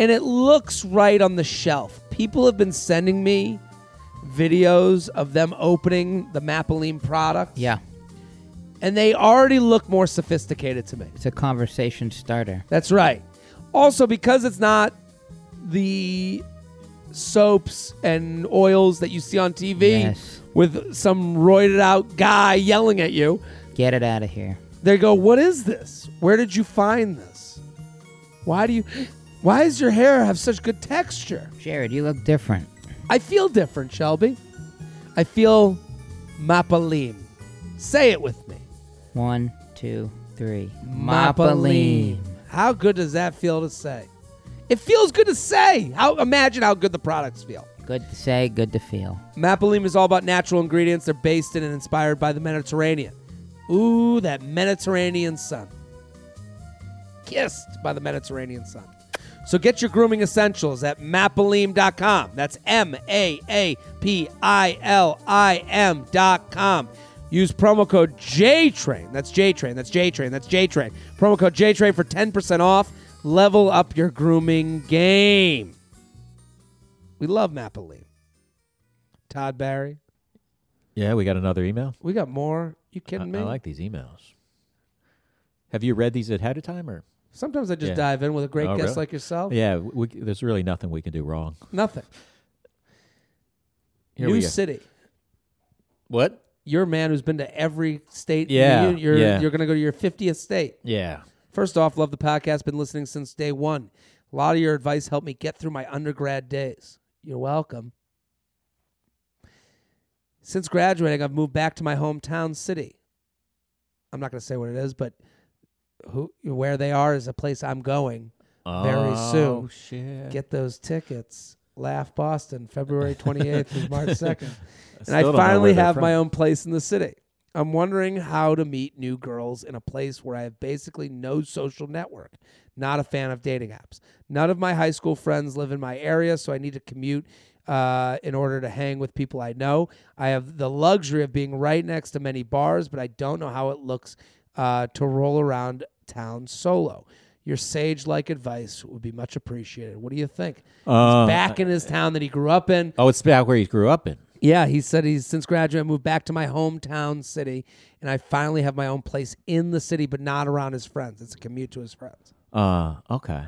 [SPEAKER 1] and it looks right on the shelf. People have been sending me videos of them opening the Mapalim product
[SPEAKER 2] Yeah,
[SPEAKER 1] and they already look more sophisticated to me.
[SPEAKER 2] it's a conversation starter.
[SPEAKER 1] That's right. Also, because it's not the soaps and oils that you see on TV
[SPEAKER 2] Yes.
[SPEAKER 1] with some roided out guy yelling at you,
[SPEAKER 2] Get it out of here.
[SPEAKER 1] they go, "What is this? Where did you find this? Why do you? Why does your hair have such good texture?
[SPEAKER 2] Jared, you look different.
[SPEAKER 1] I feel different, Shelby. I feel mapalim. Say it with me."
[SPEAKER 2] One, two, three.
[SPEAKER 1] Mapalim.
[SPEAKER 2] Mapalim.
[SPEAKER 1] How good does that feel to say? It feels good to say. How imagine how good the products feel.
[SPEAKER 2] Good to say, good to feel.
[SPEAKER 1] Mapalim is all about natural ingredients. They're based in and inspired by the Mediterranean. Ooh, that Mediterranean sun. Kissed by the Mediterranean sun. So get your grooming essentials at mapalim.com. That's M A A P I L I M dot com. Use promo code JTRAIN. That's JTRAIN. That's JTRAIN. That's JTRAIN. Promo code JTRAIN for 10% off. Level up your grooming game. We love Mapalim. Todd Barry.
[SPEAKER 3] Yeah, we got another email.
[SPEAKER 1] We got more. You
[SPEAKER 3] I,
[SPEAKER 1] kidding me?
[SPEAKER 3] I like these emails. Have you read these ahead of time or?
[SPEAKER 1] Sometimes I just
[SPEAKER 3] Yeah.
[SPEAKER 1] dive in with a great
[SPEAKER 3] Oh,
[SPEAKER 1] guest
[SPEAKER 3] really?
[SPEAKER 1] like yourself.
[SPEAKER 3] Yeah, we, there's really nothing we can do wrong.
[SPEAKER 1] Nothing.
[SPEAKER 3] Here
[SPEAKER 1] New
[SPEAKER 3] we go.
[SPEAKER 1] city.
[SPEAKER 3] What?
[SPEAKER 1] You're a man who's been to every state. in the
[SPEAKER 3] Yeah,
[SPEAKER 1] union. You're
[SPEAKER 3] yeah.
[SPEAKER 1] you're gonna go to your fiftieth state.
[SPEAKER 3] Yeah.
[SPEAKER 1] First off, love the podcast. Been listening since day one. A lot of your advice helped me get through my undergrad days. You're welcome. Since graduating, I've moved back to my hometown city. I'm not going to say what it is, but who where they are is a place I'm going. Very soon.
[SPEAKER 3] Oh, Shit.
[SPEAKER 1] Get those tickets. Laugh Boston, February 28th through March 2nd. And
[SPEAKER 3] still
[SPEAKER 1] I
[SPEAKER 3] don't know where
[SPEAKER 1] finally
[SPEAKER 3] they're
[SPEAKER 1] have my
[SPEAKER 3] from.
[SPEAKER 1] own place in the city. I'm wondering how to meet new girls in a place where I have basically no social network. Not a fan of dating apps. None of my high school friends live in my area, so I need to commute uh, in order to hang with people I know. I have the luxury of being right next to many bars, but I don't know how it looks uh, to roll around town solo. Your sage like advice would be much appreciated. What do you think? He's
[SPEAKER 3] Uh,
[SPEAKER 1] back in his town that he grew up in.
[SPEAKER 3] Oh, it's back where you grew up in.
[SPEAKER 1] Yeah, he said he's since graduating, moved back to my hometown city, and I finally have my own place in the city, but not around his friends. It's a commute to his friends.
[SPEAKER 3] Uh, okay.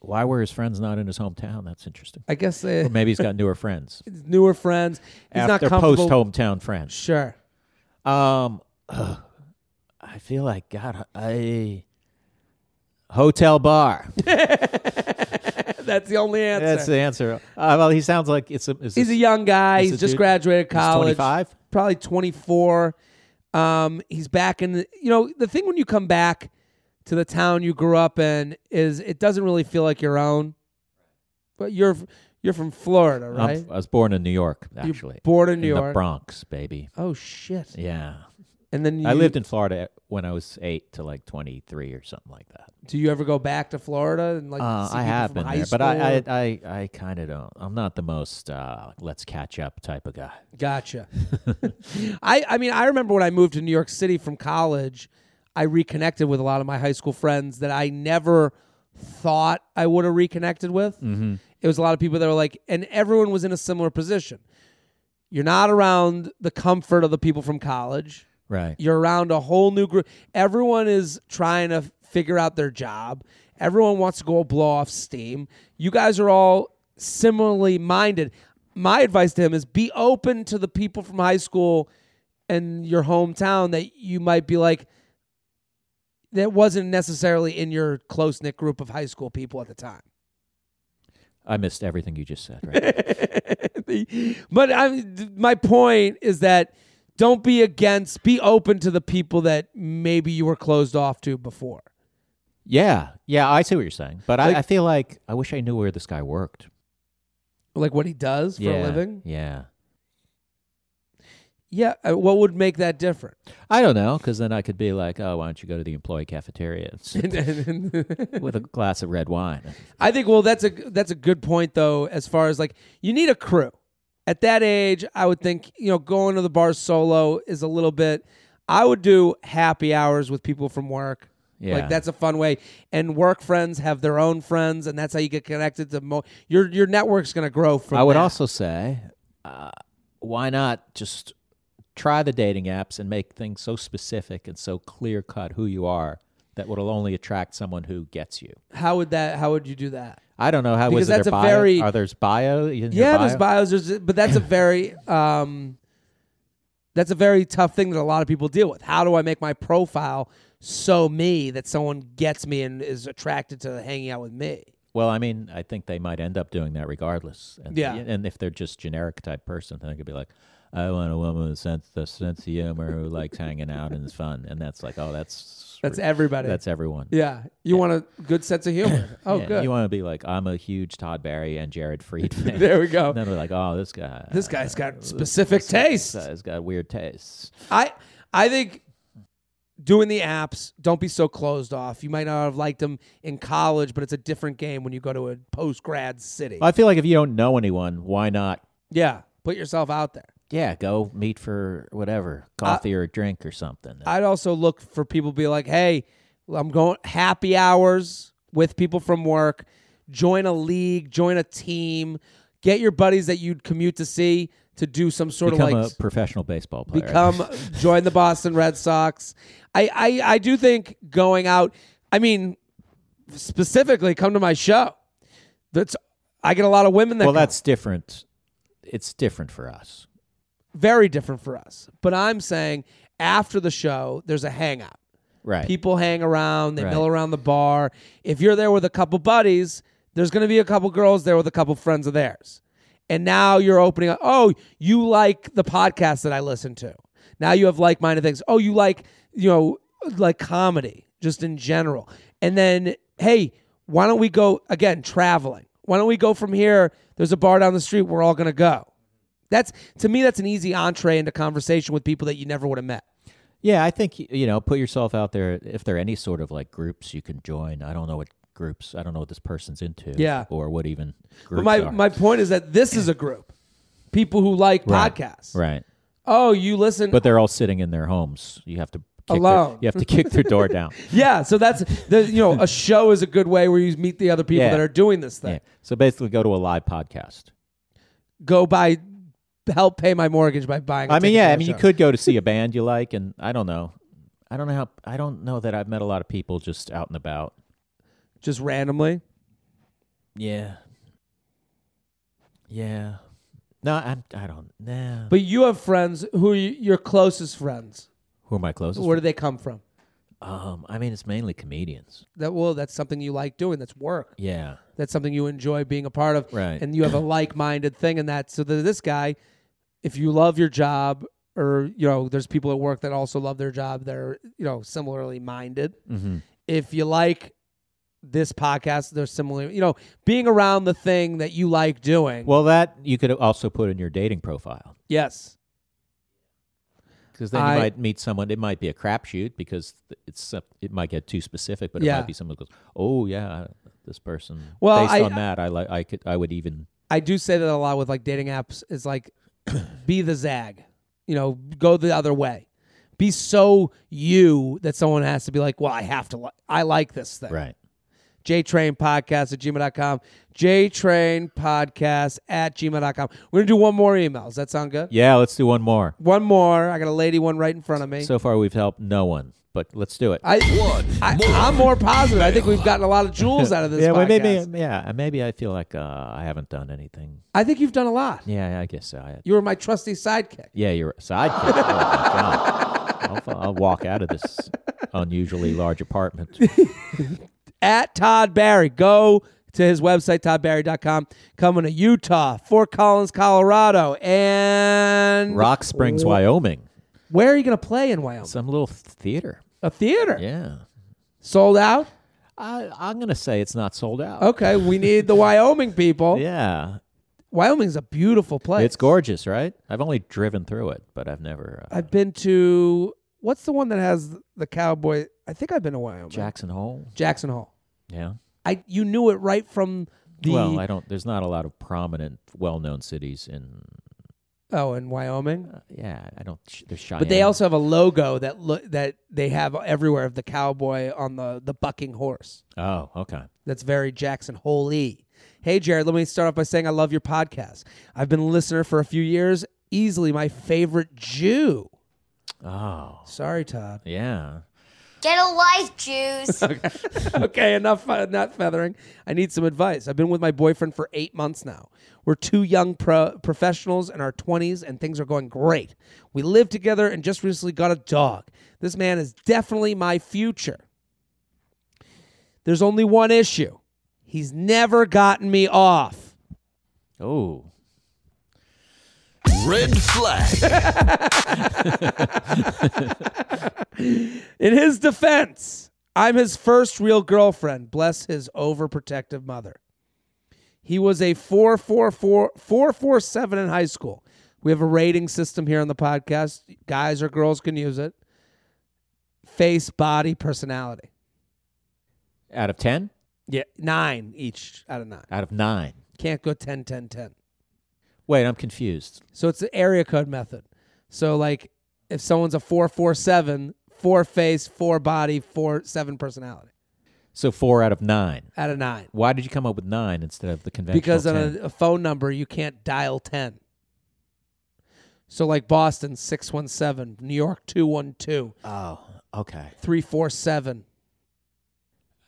[SPEAKER 3] Why were his friends not in his hometown? That's interesting.
[SPEAKER 1] I guess uh,
[SPEAKER 3] Or maybe he's got
[SPEAKER 1] (laughs)
[SPEAKER 3] newer friends.
[SPEAKER 1] newer friends. He's not
[SPEAKER 3] After post
[SPEAKER 1] comfortable.
[SPEAKER 3] hometown friends.
[SPEAKER 1] Sure.
[SPEAKER 3] Um, ugh, I feel like God. I
[SPEAKER 1] (laughs)
[SPEAKER 3] hotel bar.
[SPEAKER 1] That's the only answer.
[SPEAKER 3] That's the answer. Uh, well, he sounds like it's a. Is
[SPEAKER 1] he's
[SPEAKER 3] this-
[SPEAKER 1] a young guy.
[SPEAKER 3] this
[SPEAKER 1] He's
[SPEAKER 3] a
[SPEAKER 1] just
[SPEAKER 3] dude-
[SPEAKER 1] graduated
[SPEAKER 3] he's
[SPEAKER 1] college.
[SPEAKER 3] 25?
[SPEAKER 1] Probably 24. Um, he's back in, the, you know, the thing when you come back to the town you grew up in is it doesn't really feel like your own. But you're you're from Florida,
[SPEAKER 3] I'm-
[SPEAKER 1] right?
[SPEAKER 3] I was born in New York, actually.
[SPEAKER 1] born in New
[SPEAKER 3] the
[SPEAKER 1] York.
[SPEAKER 3] Bronx, baby.
[SPEAKER 1] Oh shit.
[SPEAKER 3] Yeah.
[SPEAKER 1] And then you,
[SPEAKER 3] I lived in Florida when I was eight to like 23 or something like that.
[SPEAKER 1] Do you ever go back to Florida and like
[SPEAKER 3] Uh,
[SPEAKER 1] see
[SPEAKER 3] I
[SPEAKER 1] people
[SPEAKER 3] have
[SPEAKER 1] from
[SPEAKER 3] been
[SPEAKER 1] high
[SPEAKER 3] there, but I I,
[SPEAKER 1] school?
[SPEAKER 3] I, I kind of don't. I'm not the most uh, let's catch up type of guy. (laughs)
[SPEAKER 1] gotcha. (laughs) I I mean I remember when I moved to New York City from college, I reconnected with a lot of my high school friends that I never thought I would have reconnected with.
[SPEAKER 3] Mm-hmm.
[SPEAKER 1] It was a lot of people that were like, and everyone was in a similar position. You're not around the comfort of the people from college.
[SPEAKER 3] Right.
[SPEAKER 1] you're around a whole new group. Everyone is trying to figure out their job. Everyone wants to go blow off steam. You guys are all similarly minded. My advice to him is be open to the people from high school and your hometown that you might be like that wasn't necessarily in your close knit group of high school people at the time.
[SPEAKER 3] I missed everything you just said. Right.
[SPEAKER 1] (laughs) but I'm, my point is that don't be against, be open to the people that maybe you were closed off to before.
[SPEAKER 3] yeah. Yeah. I see what you're saying, but
[SPEAKER 1] Like-
[SPEAKER 3] I, I feel like I wish I knew where this guy worked
[SPEAKER 1] Like what he does for
[SPEAKER 3] yeah,
[SPEAKER 1] a living.
[SPEAKER 3] Yeah.
[SPEAKER 1] Yeah. uh, What would make that different? (laughs)
[SPEAKER 3] I don't know, because then I could be like, oh, why don't you go to the employee cafeteria
[SPEAKER 1] (laughs)
[SPEAKER 3] and sit with a glass of red wine?
[SPEAKER 1] I think, well, that's a, that's a good point, though, as far as like you need a crew. At that age, I would think, you know, going to the bar solo is a little bit. I would do happy hours with people from work.
[SPEAKER 3] Yeah.
[SPEAKER 1] Like that's a fun way. And work friends have their own friends, and that's how you get connected to more. Your your network's going to grow from.
[SPEAKER 3] I would
[SPEAKER 1] that.
[SPEAKER 3] also say, uh, why not just try the dating apps and make things so specific and so clear cut who you are that will only attract someone who gets you.
[SPEAKER 1] How would that? How would you do that?
[SPEAKER 3] I don't know how
[SPEAKER 1] Because
[SPEAKER 3] is it
[SPEAKER 1] that's
[SPEAKER 3] their
[SPEAKER 1] a
[SPEAKER 3] bio?
[SPEAKER 1] very-
[SPEAKER 3] are there's bio? in your
[SPEAKER 1] Yeah, there's
[SPEAKER 3] bio?
[SPEAKER 1] bios, there's, but that's a
[SPEAKER 3] (laughs)
[SPEAKER 1] very um, that's a very tough thing that a lot of people deal with. How do I make my profile so me that someone gets me and is attracted to hanging out with me?
[SPEAKER 3] Well, I mean, I think they might end up doing that regardless. And,
[SPEAKER 1] Yeah.
[SPEAKER 3] And if they're just generic type person, then they could be like, I want a woman with a sense, a sense of humor who likes hanging out and is fun. And that's like, oh, that's
[SPEAKER 1] That's everybody.
[SPEAKER 3] That's everyone.
[SPEAKER 1] yeah, you want a good sense of
[SPEAKER 3] (laughs)
[SPEAKER 1] humor. Oh,
[SPEAKER 3] Yeah,
[SPEAKER 1] good.
[SPEAKER 3] You want to be like, I'm a huge Todd Barry and Jared Fried
[SPEAKER 1] (laughs)
[SPEAKER 3] fan.
[SPEAKER 1] there we
[SPEAKER 3] (laughs)
[SPEAKER 1] go.
[SPEAKER 3] And then we're like, oh, this guy.
[SPEAKER 1] this guy's
[SPEAKER 3] Uh,
[SPEAKER 1] got specific tastes.
[SPEAKER 3] has got weird tastes.
[SPEAKER 1] I I think doing the apps, don't be so closed off. You might not have liked them in college, but it's a different game when you go to a post grad city.
[SPEAKER 3] I feel like if you don't know anyone, why not?
[SPEAKER 1] yeah. Put yourself out there.
[SPEAKER 3] Yeah, go meet for whatever coffee or a drink or something.
[SPEAKER 1] I'd also look for people to be like, hey, I'm going happy hours with people from work. Join a league, join a team, get your buddies that you'd commute to see to do some sort
[SPEAKER 3] become
[SPEAKER 1] of like
[SPEAKER 3] a professional baseball player.
[SPEAKER 1] become join the Boston Red Sox. I, I I do think going out. I mean, specifically, come to my show. That's I get a lot of women that.
[SPEAKER 3] well,
[SPEAKER 1] come.
[SPEAKER 3] that's different. It's different for us.
[SPEAKER 1] very different for us. But I'm saying after the show, there's a hangout.
[SPEAKER 3] Right.
[SPEAKER 1] People hang around. They
[SPEAKER 3] Right.
[SPEAKER 1] mill around the bar. If you're there with a couple buddies, there's going to be a couple girls there with a couple friends of theirs. And now you're opening up. Oh, you like the podcast that I listen to. Now you have like-minded things. Oh, you like you know like comedy just in general. And then hey, why don't we go again traveling? Why don't we go from here? There's a bar down the street. We're all going to go. That's to me. That's an easy entree into conversation with people that you never would have met.
[SPEAKER 3] yeah, I think y- you know, put yourself out there. If there are any sort of like groups you can join, I don't know what groups. I don't know what this person's into.
[SPEAKER 1] Yeah.
[SPEAKER 3] Or what even
[SPEAKER 1] But
[SPEAKER 3] groups
[SPEAKER 1] my,
[SPEAKER 3] are.
[SPEAKER 1] my point is that this is a group. People who like
[SPEAKER 3] Right.
[SPEAKER 1] podcasts.
[SPEAKER 3] right.
[SPEAKER 1] Oh, you listen.
[SPEAKER 3] But they're all sitting in their homes. You have to kick their-
[SPEAKER 1] Alone.
[SPEAKER 3] you have to kick their door
[SPEAKER 1] (laughs)
[SPEAKER 3] down.
[SPEAKER 1] yeah, so that's the you know, a show is a good way where you meet the other people
[SPEAKER 3] Yeah.
[SPEAKER 1] that are doing this thing.
[SPEAKER 3] Yeah. So basically, go to a live podcast.
[SPEAKER 1] Go buy help pay my mortgage by buying. a
[SPEAKER 3] I mean,
[SPEAKER 1] ticket
[SPEAKER 3] yeah.
[SPEAKER 1] to
[SPEAKER 3] I
[SPEAKER 1] a
[SPEAKER 3] mean, you
[SPEAKER 1] show.
[SPEAKER 3] could go
[SPEAKER 1] (laughs)
[SPEAKER 3] to see a band you like, and I don't know. I don't know how. I don't know that I've met a lot of people just out and about.
[SPEAKER 1] just randomly.
[SPEAKER 3] Yeah. Yeah. No, I'm. I don't. Nah.
[SPEAKER 1] But you have friends who are y- your closest friends.
[SPEAKER 3] who are my closest?
[SPEAKER 1] Where do they come from?
[SPEAKER 3] Um, I mean, it's mainly comedians.
[SPEAKER 1] That well, that's something you like doing. That's work.
[SPEAKER 3] Yeah.
[SPEAKER 1] That's something you enjoy being a part of.
[SPEAKER 3] Right.
[SPEAKER 1] And you
[SPEAKER 3] (clears throat)
[SPEAKER 1] have a like-minded thing in that. So that this guy, if you love your job, or you know, there's people at work that also love their job. They're you know similarly minded.
[SPEAKER 3] Mm-hmm.
[SPEAKER 1] if you like this podcast, they're similar. You know, being around the thing that you like doing.
[SPEAKER 3] Well, that you could also put in your dating profile
[SPEAKER 1] yes,
[SPEAKER 3] because then
[SPEAKER 1] I-
[SPEAKER 3] you might meet someone. It might be a crapshoot because th- it's some- it might get too specific, but it
[SPEAKER 1] Yeah.
[SPEAKER 3] might be someone who goes, "Oh yeah, this person."
[SPEAKER 1] Well,
[SPEAKER 3] based
[SPEAKER 1] I-
[SPEAKER 3] on that, I like I could I would even
[SPEAKER 1] I do say that a lot with like dating apps. Is like, (clears throat) be the zag. You know, go the other way. Be so you that someone has to be like, well, I have to. Li- I like this thing.
[SPEAKER 3] right.
[SPEAKER 1] JTrain Podcast at gmail.com. JTrain Podcast at gmail.com. We're going to do one more email. Does that sound good?
[SPEAKER 3] Yeah, let's do one more.
[SPEAKER 1] One more. I got a lady one right in front of me.
[SPEAKER 3] So far, we've helped no one, but let's do it.
[SPEAKER 1] I,
[SPEAKER 4] One
[SPEAKER 1] I,
[SPEAKER 4] more.
[SPEAKER 1] I'm more positive. I think we've gotten a lot of
[SPEAKER 3] (laughs)
[SPEAKER 1] jewels out of this
[SPEAKER 3] yeah, well,
[SPEAKER 1] podcast.
[SPEAKER 3] maybe yeah, maybe I feel like uh, I haven't done anything.
[SPEAKER 1] I think you've done a lot.
[SPEAKER 3] Yeah, I guess so. I,
[SPEAKER 1] You were my trusty sidekick.
[SPEAKER 3] yeah, you're a sidekick. oh my
[SPEAKER 1] (laughs)
[SPEAKER 3] god! I'll, I'll walk out of this unusually large apartment.
[SPEAKER 1] At Todd Barry. Go to his website, toddbarry.com. Coming to Utah, Fort Collins, Colorado, and
[SPEAKER 3] Rock Springs, Wyoming.
[SPEAKER 1] where are you going to play in Wyoming?
[SPEAKER 3] Some little theater.
[SPEAKER 1] A theater.
[SPEAKER 3] Yeah.
[SPEAKER 1] Sold out?
[SPEAKER 3] I, I'm going to say it's not sold out.
[SPEAKER 1] Okay, we need the Wyoming people.
[SPEAKER 3] Yeah.
[SPEAKER 1] Wyoming's a beautiful place.
[SPEAKER 3] It's gorgeous, right? I've only driven through it, but I've never. Uh,
[SPEAKER 1] I've been to, what's the one that has the cowboy? I think I've been to Wyoming.
[SPEAKER 3] Jackson Hole.
[SPEAKER 1] Jackson Hole.
[SPEAKER 3] Yeah.
[SPEAKER 1] I You knew it right from the,
[SPEAKER 3] well, I don't. There's not a lot of prominent, well-known cities in.
[SPEAKER 1] oh, in Wyoming?
[SPEAKER 3] uh, yeah, I don't. sh- There's Cheyenne.
[SPEAKER 1] But they also have a logo that lo- that they have everywhere of the cowboy on the the bucking horse.
[SPEAKER 3] Oh, okay.
[SPEAKER 1] That's very Jackson Holy. Hey Jared, let me start off by saying I love your podcast. I've been a listener for a few years, easily my favorite Jew.
[SPEAKER 3] Oh,
[SPEAKER 1] Sorry, Todd.
[SPEAKER 3] yeah.
[SPEAKER 6] Get a life, Jews.
[SPEAKER 1] (laughs) okay, enough uh, not feathering. I need some advice. I've been with my boyfriend for eight months now. We're two young pro- professionals in our 20s, and things are going great. We live together and just recently got a dog. This man is definitely my future. There's only one issue he's never gotten me off.
[SPEAKER 3] Oh,
[SPEAKER 4] red flag.
[SPEAKER 1] In his defense, I'm his first real girlfriend, bless his overprotective mother. He was a 444 447 in high school. We have a rating system here on the podcast. Guys or girls can use it. Face, body, personality.
[SPEAKER 3] out of ten,
[SPEAKER 1] Yeah. Nine each out of nine.
[SPEAKER 3] out of nine.
[SPEAKER 1] Can't go 10, 10, 10.
[SPEAKER 3] Wait, I'm confused.
[SPEAKER 1] So it's the area code method. So, like, if someone's a 447, four face, four body, four, seven personality
[SPEAKER 3] So four out of nine.
[SPEAKER 1] out of nine.
[SPEAKER 3] Why did you come up with nine instead of the conventional?
[SPEAKER 1] because uh, on
[SPEAKER 3] 10?
[SPEAKER 1] a, a phone number you can't dial 10 so like boston 617 new york 212
[SPEAKER 3] Oh, okay.
[SPEAKER 1] 347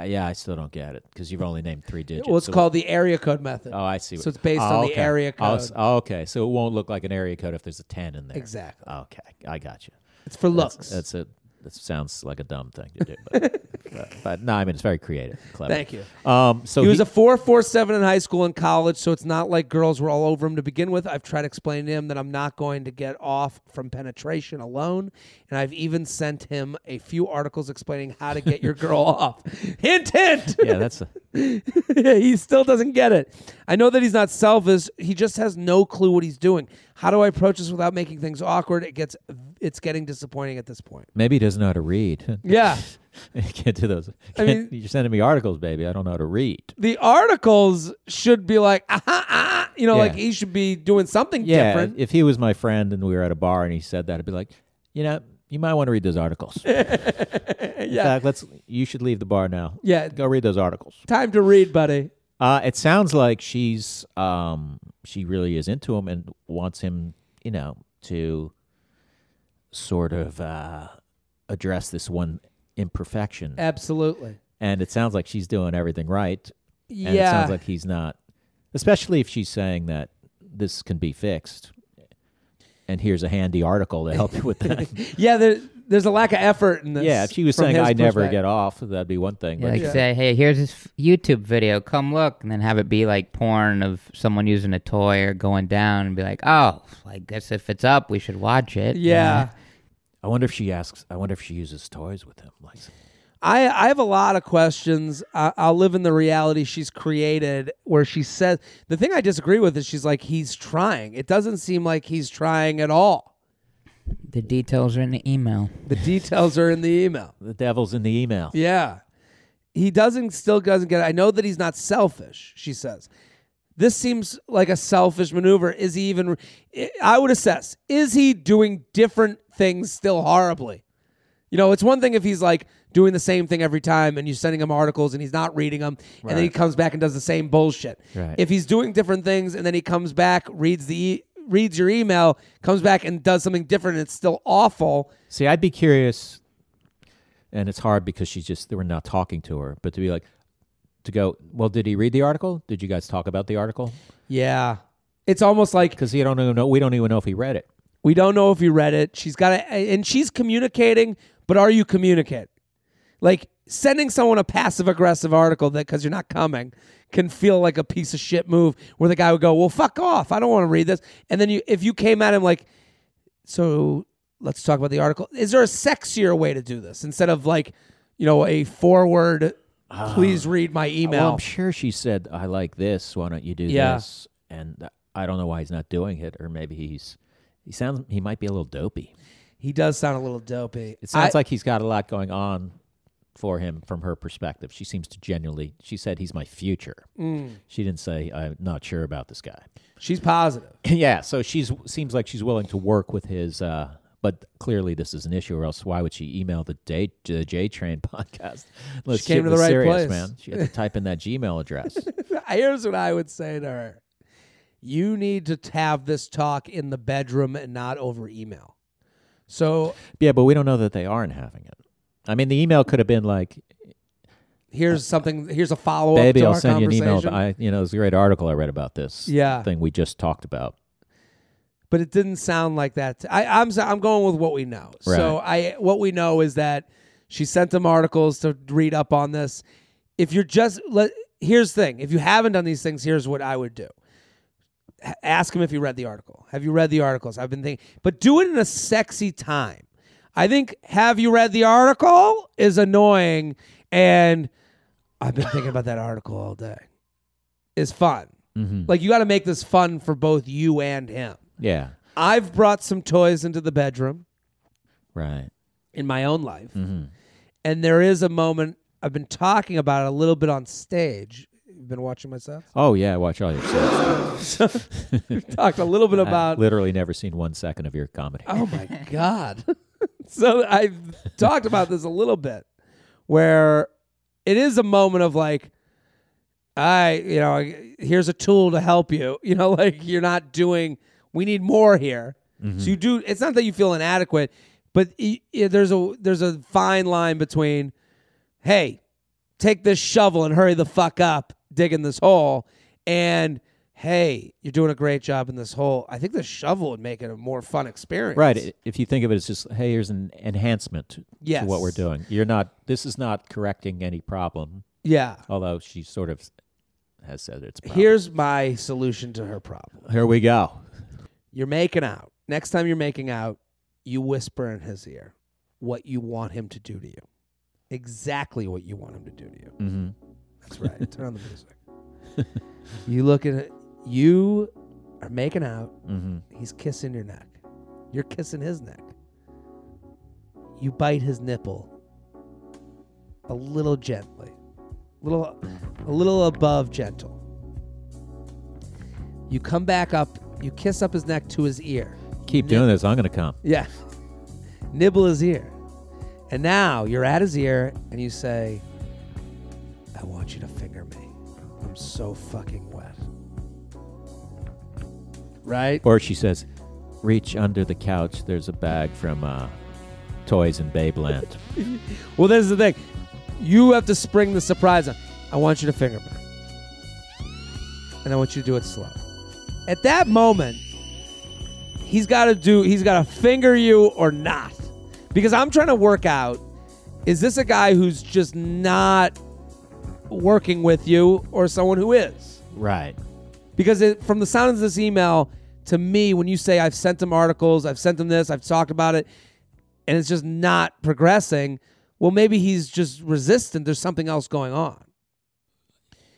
[SPEAKER 3] Uh, yeah, I still don't get it because you've only named three digits.
[SPEAKER 1] well it's
[SPEAKER 3] so-
[SPEAKER 1] called the area code method
[SPEAKER 3] Oh, I see.
[SPEAKER 1] So it's based on the area
[SPEAKER 3] Oh, s-
[SPEAKER 1] code.
[SPEAKER 3] oh, okay, so it won't look like an area code if there's a ten in there.
[SPEAKER 1] Exactly.
[SPEAKER 3] Okay, I got you.
[SPEAKER 1] it's for
[SPEAKER 3] That's-
[SPEAKER 1] looks
[SPEAKER 3] That's, a. That sounds like a dumb thing
[SPEAKER 1] (laughs)
[SPEAKER 3] to do, but, but, but no, I mean it's very creative, clever.
[SPEAKER 1] Thank you.
[SPEAKER 3] Um, so
[SPEAKER 1] he was
[SPEAKER 3] he-
[SPEAKER 1] a 447 in high school and college, so it's not like girls were all over him to begin with. I've tried to explain to him that I'm not going to get off from penetration alone, and I've even sent him a few articles explaining how to get your girl (laughs) off. Hint, hint!
[SPEAKER 3] yeah, that's a,
[SPEAKER 1] (laughs) he still doesn't get it. I know that he's not selfish. He just has no clue what he's doing. How do I approach this without making things awkward? It gets it's getting disappointing at this point.
[SPEAKER 3] maybe he doesn't know how to read. (laughs)
[SPEAKER 1] Yeah.
[SPEAKER 3] can't do those.
[SPEAKER 1] I mean-
[SPEAKER 3] Can't- (laughs) you're sending me articles, baby. I don't know how to read.
[SPEAKER 1] The articles should be like, ah, ah, ah, you know,
[SPEAKER 3] Yeah.
[SPEAKER 1] like he should be doing something
[SPEAKER 3] Yeah,
[SPEAKER 1] different.
[SPEAKER 3] if he was my friend and we were at a bar and he said that, I'd be like, you know, you might want to read those
[SPEAKER 1] (laughs)
[SPEAKER 3] articles. In fact, let's. You should leave the bar now.
[SPEAKER 1] Yeah.
[SPEAKER 3] go read those articles.
[SPEAKER 1] Time to read, buddy.
[SPEAKER 3] Uh, it sounds like she's um, she really is into him and wants him you know, to sort of uh, address this one imperfection.
[SPEAKER 1] Absolutely.
[SPEAKER 3] and it sounds like she's doing everything right. And it
[SPEAKER 1] yeah.
[SPEAKER 3] sounds like he's not, especially if she's saying that this can be fixed. And here's a handy article to help you
[SPEAKER 1] (laughs)
[SPEAKER 3] with that.
[SPEAKER 1] yeah. There, there's a lack of effort in this.
[SPEAKER 3] yeah, if she was
[SPEAKER 1] from
[SPEAKER 3] saying
[SPEAKER 1] his
[SPEAKER 3] I never
[SPEAKER 1] perspective.
[SPEAKER 3] get off, that'd be one thing.
[SPEAKER 2] Yeah,
[SPEAKER 3] But
[SPEAKER 2] like say, hey, here's this f- YouTube video. Come look, and then have it be like porn of someone using a toy or going down, and be like, oh, like guess if it's up, we should watch it. you
[SPEAKER 1] Yeah.
[SPEAKER 2] know?
[SPEAKER 3] I wonder if she asks. I wonder if she uses toys with him. Like,
[SPEAKER 1] I, I have a lot of questions. I, I'll live in the reality she's created where she says the thing I disagree with is she's like, he's trying. It doesn't seem like he's trying at all.
[SPEAKER 2] The details are in the email.
[SPEAKER 1] The details are in the email.
[SPEAKER 3] the devil's in the email.
[SPEAKER 1] Yeah. He doesn't still doesn't get it. I know that he's not selfish, she says. This seems like a selfish maneuver. Is he even I would assess, is he doing different things still horribly? You know, it's one thing if he's like doing the same thing every time and you're sending him articles and he's not reading them and then he comes back and does the same bullshit.
[SPEAKER 3] Right.
[SPEAKER 1] If he's doing different things and then he comes back, reads the e- reads your email, comes back and does something different and it's still awful.
[SPEAKER 3] See, I'd be curious, and it's hard because she's just we're not talking to her. But to be like, to go, well, did he read the article? Did you guys talk about the article?
[SPEAKER 1] Yeah. It's almost like
[SPEAKER 3] Because he don't even know. We don't even know if he read it.
[SPEAKER 1] We don't know if you read it. She's got to, and she's communicating, but are you communicating? Like sending someone a passive aggressive article that because you're not coming can feel like a piece of shit move where the guy would go, well, fuck off. I don't want to read this. And then you, if you came at him like, so let's talk about the article. Is there a sexier way to do this instead of like, you know, a forward, please
[SPEAKER 3] Ah.
[SPEAKER 1] read my email?
[SPEAKER 3] Well, I'm sure she said, "I like this. Why don't you do
[SPEAKER 1] Yeah.
[SPEAKER 3] this?" And uh, I don't know why he's not doing it, or maybe he's he sounds he might be a little dopey.
[SPEAKER 1] he does sound a little dopey.
[SPEAKER 3] It sounds like he's got a lot going on for him from her perspective. She seems to genuinely. She said he's my future.
[SPEAKER 1] Mm.
[SPEAKER 3] She didn't say I'm not sure about this guy. (laughs)
[SPEAKER 1] she's positive.
[SPEAKER 3] yeah, so she's seems like she's willing to work with his. Uh, but clearly, this is an issue, or else why would she email the J, the J Train (laughs) podcast? Let's
[SPEAKER 1] came to the right place.
[SPEAKER 3] man. She had to type in that
[SPEAKER 1] (laughs)
[SPEAKER 3] Gmail address.
[SPEAKER 1] Here's what I would say to her. You need to have this talk in the bedroom and not over email. So
[SPEAKER 3] Yeah, but we don't know that they aren't having it. I mean, the email could have been like,
[SPEAKER 1] here's something here's a follow up
[SPEAKER 3] "Baby,
[SPEAKER 1] to
[SPEAKER 3] I'll
[SPEAKER 1] our
[SPEAKER 3] send you an
[SPEAKER 1] conversation.
[SPEAKER 3] email." But I, you know, there's a great article I read about this.
[SPEAKER 1] Yeah.
[SPEAKER 3] thing we just talked about.
[SPEAKER 1] but it didn't sound like that. I, I'm s- I'm going with what we know. So I what we know is that she sent them articles to read up on this. If you're just let, here's the thing. If you haven't done these things, here's what I would do. H- ask him if he read the article. Have you read the articles? I've been thinking, but do it in a sexy time. I think have you read the article is annoying, and I've been thinking about that article all day. Is fun. Like you got to make this fun for both you and him.
[SPEAKER 3] Yeah,
[SPEAKER 1] I've brought some toys into the bedroom
[SPEAKER 3] right.
[SPEAKER 1] in my own life. And there is a moment I've been talking about it a little bit on stage. You've been watching myself?
[SPEAKER 3] Oh yeah, watch all your stuff.
[SPEAKER 1] (laughs) Talked a little
[SPEAKER 3] (laughs) Uh,
[SPEAKER 1] bit about
[SPEAKER 3] Literally never seen one second of your comedy.
[SPEAKER 1] Oh my god. (laughs) so I've talked about this a little bit where it is a moment of like I, you know, here's a tool to help you. (laughs) You know, like you're not doing we need more here. So you do it's not that you feel inadequate, but y- y- there's a there's a fine line between hey, take this shovel and hurry the fuck up digging this hole and hey, you're doing a great job in this hole. I think the shovel would make it a more fun experience.
[SPEAKER 3] (laughs) Right. i- If you think of it as just, hey, here's an enhancement to- to what we're
[SPEAKER 1] Yes.
[SPEAKER 3] doing. You're not. This is not correcting any problem.
[SPEAKER 1] Yeah.
[SPEAKER 3] Although she sort of has said it's. a problem.
[SPEAKER 1] Here's my solution to her problem.
[SPEAKER 3] Here we go.
[SPEAKER 1] You're making out. Next time you're making out, you whisper in his ear what you want him to do to you. Exactly what you want him to do to you.
[SPEAKER 3] hmm
[SPEAKER 1] That's right. Turn on the music. you look at it. You are making out.
[SPEAKER 3] hmm
[SPEAKER 1] He's kissing your neck. You're kissing his neck. You bite his nipple a little gently. Little a little above gentle. You come back up, you kiss up his neck to his ear.
[SPEAKER 3] Keep doing this. I'm gonna come.
[SPEAKER 1] Yeah. Nibble his ear. And now you're at his ear and you say, I want you to finger me. I'm so fucking wet. Right?
[SPEAKER 3] Or she says, reach under the couch. There's a bag from uh, Toys in Babeland.
[SPEAKER 1] Well, this is the thing. You have to spring the surprise on. I want you to finger me. And I want you to do it slow. At that moment, he's got to do he's got to finger you or not. Because I'm trying to work out is this a guy who's just not working with you or someone who is?
[SPEAKER 3] right.
[SPEAKER 1] Because it, from the sound of this email, to me, when you say I've sent them articles, I've sent them this, I've talked about it, and it's just not progressing, well, maybe he's just resistant. There's something else going on.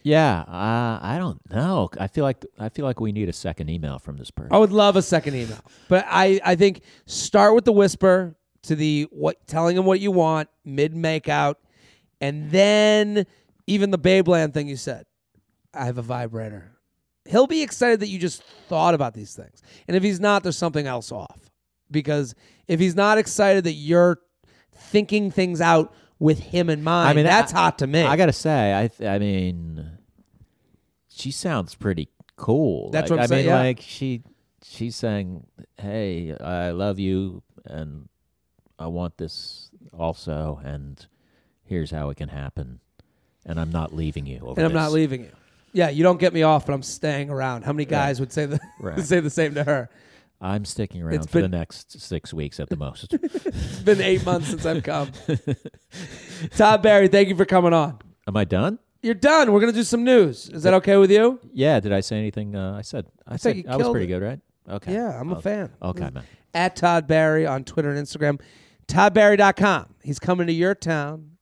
[SPEAKER 3] Yeah, uh, I don't know. I feel like I feel like we need a second email from this person.
[SPEAKER 1] I would love a second email, but I, I think start with the whisper to the what telling him what you want mid make out, and then even the Babeland thing you said. I have a vibrator. He'll be excited that you just thought about these things, and if he's not, there's something else off. Because if he's not excited that you're thinking things out with him in mind, I mean that's
[SPEAKER 3] I-
[SPEAKER 1] hot to me.
[SPEAKER 3] I gotta say, I th- I mean, she sounds pretty cool.
[SPEAKER 1] That's
[SPEAKER 3] Like,
[SPEAKER 1] what I'm
[SPEAKER 3] I
[SPEAKER 1] saying,
[SPEAKER 3] mean,
[SPEAKER 1] yeah.
[SPEAKER 3] like she she's saying, "Hey, I love you, and I want this also, and here's how it can happen, and I'm not leaving you." Over
[SPEAKER 1] and I'm
[SPEAKER 3] this."
[SPEAKER 1] not leaving you. Yeah, you don't get me off, but I'm staying around. How many guys would say the (laughs)
[SPEAKER 3] Right.
[SPEAKER 1] say the same to her?
[SPEAKER 3] I'm sticking around
[SPEAKER 1] It's
[SPEAKER 3] for
[SPEAKER 1] been-
[SPEAKER 3] the next six weeks at the most.
[SPEAKER 1] It's been eight months since I've come. (laughs) Todd Barry, thank you for coming on.
[SPEAKER 3] Am I done?
[SPEAKER 1] You're done. We're gonna do some news. Is that okay with you?
[SPEAKER 3] Yeah. Did I say anything? Uh, I said I,
[SPEAKER 1] thought
[SPEAKER 3] said
[SPEAKER 1] you
[SPEAKER 3] I was
[SPEAKER 1] killed
[SPEAKER 3] pretty
[SPEAKER 1] it.
[SPEAKER 3] good, right? Okay.
[SPEAKER 1] Yeah, I'm a
[SPEAKER 3] Okay.
[SPEAKER 1] fan.
[SPEAKER 3] Okay, man.
[SPEAKER 1] At Todd Barry on Twitter and Instagram, ToddBarry.com. He's coming to your town.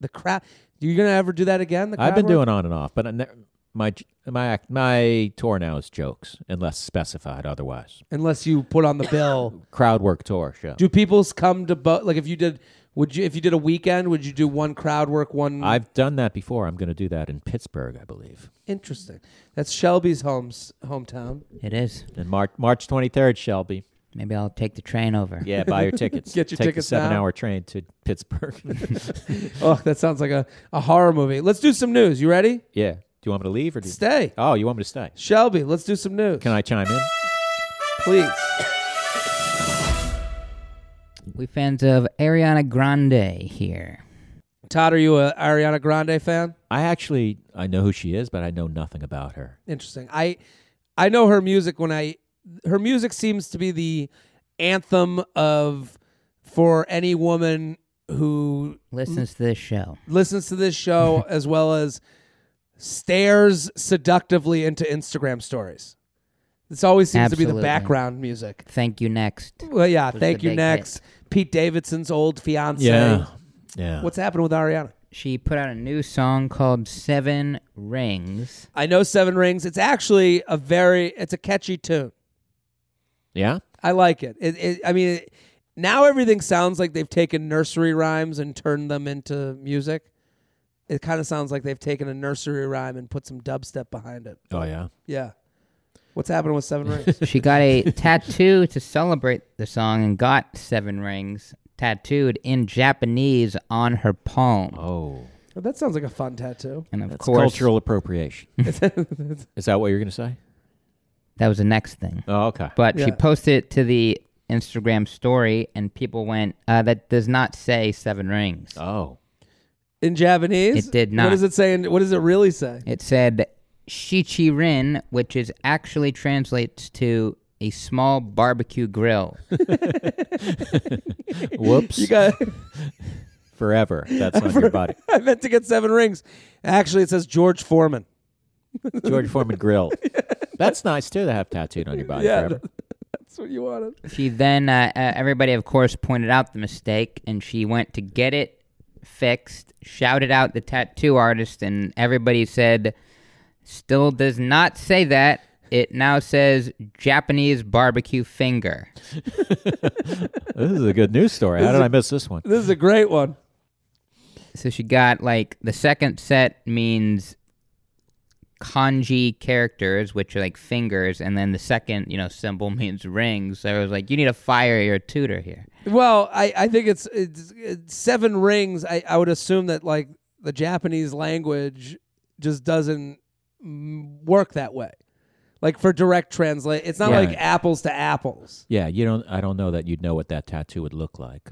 [SPEAKER 1] The crowd. You gonna ever do that again? The crowd
[SPEAKER 3] I've been
[SPEAKER 1] work?
[SPEAKER 3] doing on and off, but I ne- my j- my act- my tour now is jokes, unless specified otherwise.
[SPEAKER 1] unless you put on the
[SPEAKER 3] (laughs)
[SPEAKER 1] bill.
[SPEAKER 3] Crowd work tour show.
[SPEAKER 1] do people's come to both? Like if you did, would you if you did a weekend? Would you do one crowd work, one?
[SPEAKER 3] I've done that before. I'm going to do that in Pittsburgh, I believe,
[SPEAKER 1] Interesting. That's Shelby's home's hometown.
[SPEAKER 2] It is.
[SPEAKER 3] in March March 23rd, Shelby.
[SPEAKER 2] Maybe I'll take the train over.
[SPEAKER 3] Yeah,
[SPEAKER 1] (laughs)
[SPEAKER 3] buy your tickets.
[SPEAKER 1] Get your
[SPEAKER 3] Take
[SPEAKER 1] tickets
[SPEAKER 3] the
[SPEAKER 1] now.
[SPEAKER 3] seven hour train to
[SPEAKER 1] (laughs)
[SPEAKER 3] Pittsburgh.
[SPEAKER 1] Oh, that sounds like a, a horror movie. Let's do some news. You ready?
[SPEAKER 3] yeah. Do you want me to leave or do you-
[SPEAKER 1] Stay.
[SPEAKER 3] Oh, you want me to stay?
[SPEAKER 1] Shelby, let's do some news.
[SPEAKER 3] Can I chime in?
[SPEAKER 1] please?
[SPEAKER 2] We fans of Ariana Grande here.
[SPEAKER 1] Todd, are you a Ariana Grande fan?
[SPEAKER 3] I actually I know who she is, but I know nothing about her.
[SPEAKER 1] Interesting. I I know her music when I her music seems to be the anthem of for any woman who
[SPEAKER 2] Listens to this show.
[SPEAKER 1] listens to this
[SPEAKER 2] (laughs)
[SPEAKER 1] show as well as stares seductively into Instagram stories. This always seems to be
[SPEAKER 2] Absolutely.
[SPEAKER 1] the background music.
[SPEAKER 2] Thank you next.
[SPEAKER 1] Well, yeah.
[SPEAKER 2] Was
[SPEAKER 1] thank
[SPEAKER 2] the
[SPEAKER 1] you.
[SPEAKER 2] big
[SPEAKER 1] Next, Pete Davidson's old fiance.
[SPEAKER 3] Yeah. Yeah.
[SPEAKER 1] What's happening with Ariana?
[SPEAKER 2] She put out a new song called Seven
[SPEAKER 3] (laughs)
[SPEAKER 2] Rings.
[SPEAKER 1] I know Seven Rings. It's actually a very it's a catchy tune.
[SPEAKER 3] yeah?
[SPEAKER 1] I like it. it, it I mean, it, now everything sounds like they've taken nursery rhymes and turned them into music. It kind of sounds like they've taken a nursery rhyme and put some dubstep behind it.
[SPEAKER 3] Oh yeah.
[SPEAKER 1] Yeah. What's happening with Seven Rings?
[SPEAKER 2] She got a tattoo to celebrate the song and got Seven Rings tattooed in Japanese on her palm.
[SPEAKER 3] Oh.
[SPEAKER 1] Well, (laughs) that sounds like a fun tattoo.
[SPEAKER 2] and of
[SPEAKER 3] That's
[SPEAKER 2] course,
[SPEAKER 3] cultural (laughs) appropriation. is that what you're going to say?
[SPEAKER 2] that was the next thing.
[SPEAKER 3] Oh, okay.
[SPEAKER 2] But she
[SPEAKER 1] Yeah.
[SPEAKER 2] posted it to the Instagram story, and people went, uh, "That does not say Seven Rings."
[SPEAKER 3] (laughs) oh.
[SPEAKER 1] In Japanese?
[SPEAKER 2] It did not.
[SPEAKER 1] What does it say? in- What does it really say?
[SPEAKER 2] It said Shichirin, which is actually translates to a small barbecue grill.
[SPEAKER 3] Whoops.
[SPEAKER 1] You got. (laughs)
[SPEAKER 3] Forever. That's on your (laughs) body.
[SPEAKER 1] I meant to get Seven Rings. Actually, it says George Foreman.
[SPEAKER 3] George Foreman (laughs) grill. That's nice too to have tattooed on your body
[SPEAKER 1] Yeah.
[SPEAKER 3] forever.
[SPEAKER 1] That's what you wanted.
[SPEAKER 2] she then, uh, uh, everybody of course pointed out the mistake, and she went to get it fixed, shouted out the tattoo artist, and everybody said, "Still does not say that." It now says Japanese barbecue finger.
[SPEAKER 3] This is a good news story. How did I miss this (laughs) one?
[SPEAKER 1] This is a great one.
[SPEAKER 2] So she got like the second set means kanji characters, which are like fingers, and then the second, you know, symbol (laughs) means rings. So I was like, you need to fire your tutor here.
[SPEAKER 1] Well, I, I think it's, it's, it's seven rings. I, I would assume that like the Japanese language just doesn't mm, work that way. Like for direct translate, it's not
[SPEAKER 2] Yeah.
[SPEAKER 1] like apples to apples.
[SPEAKER 3] Yeah, you don't. I don't know that you'd know what that tattoo would look like.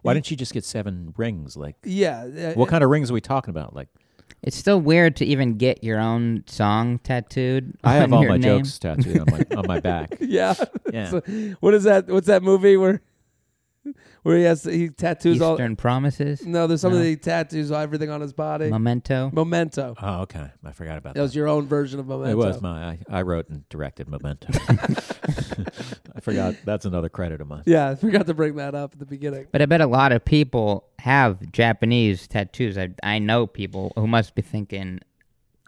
[SPEAKER 3] Why didn't you just get seven rings? Like, (laughs)
[SPEAKER 1] Yeah. uh,
[SPEAKER 3] what kind of rings are we talking about? Like,
[SPEAKER 2] It's still weird to even get your own song tattooed.
[SPEAKER 3] I have
[SPEAKER 2] on
[SPEAKER 3] all
[SPEAKER 2] your
[SPEAKER 3] my
[SPEAKER 2] name.
[SPEAKER 3] jokes tattooed on my on my (laughs) back.
[SPEAKER 1] Yeah. (laughs)
[SPEAKER 3] Yeah.
[SPEAKER 1] So, what is that? What's that movie where where he has he tattoos
[SPEAKER 2] Eastern Promises,
[SPEAKER 1] all? No, there's something that he tattoos everything on his body.
[SPEAKER 2] Memento.
[SPEAKER 1] Memento.
[SPEAKER 3] Oh, okay. I forgot about
[SPEAKER 1] That was your own version of Memento.
[SPEAKER 3] It was my. I, I wrote and directed Memento.
[SPEAKER 1] (laughs)
[SPEAKER 3] I forgot. That's another credit of mine.
[SPEAKER 1] Yeah, (laughs) I forgot to bring that up at the beginning.
[SPEAKER 2] But I bet a lot of people have Japanese tattoos. I, I know people who must be thinking,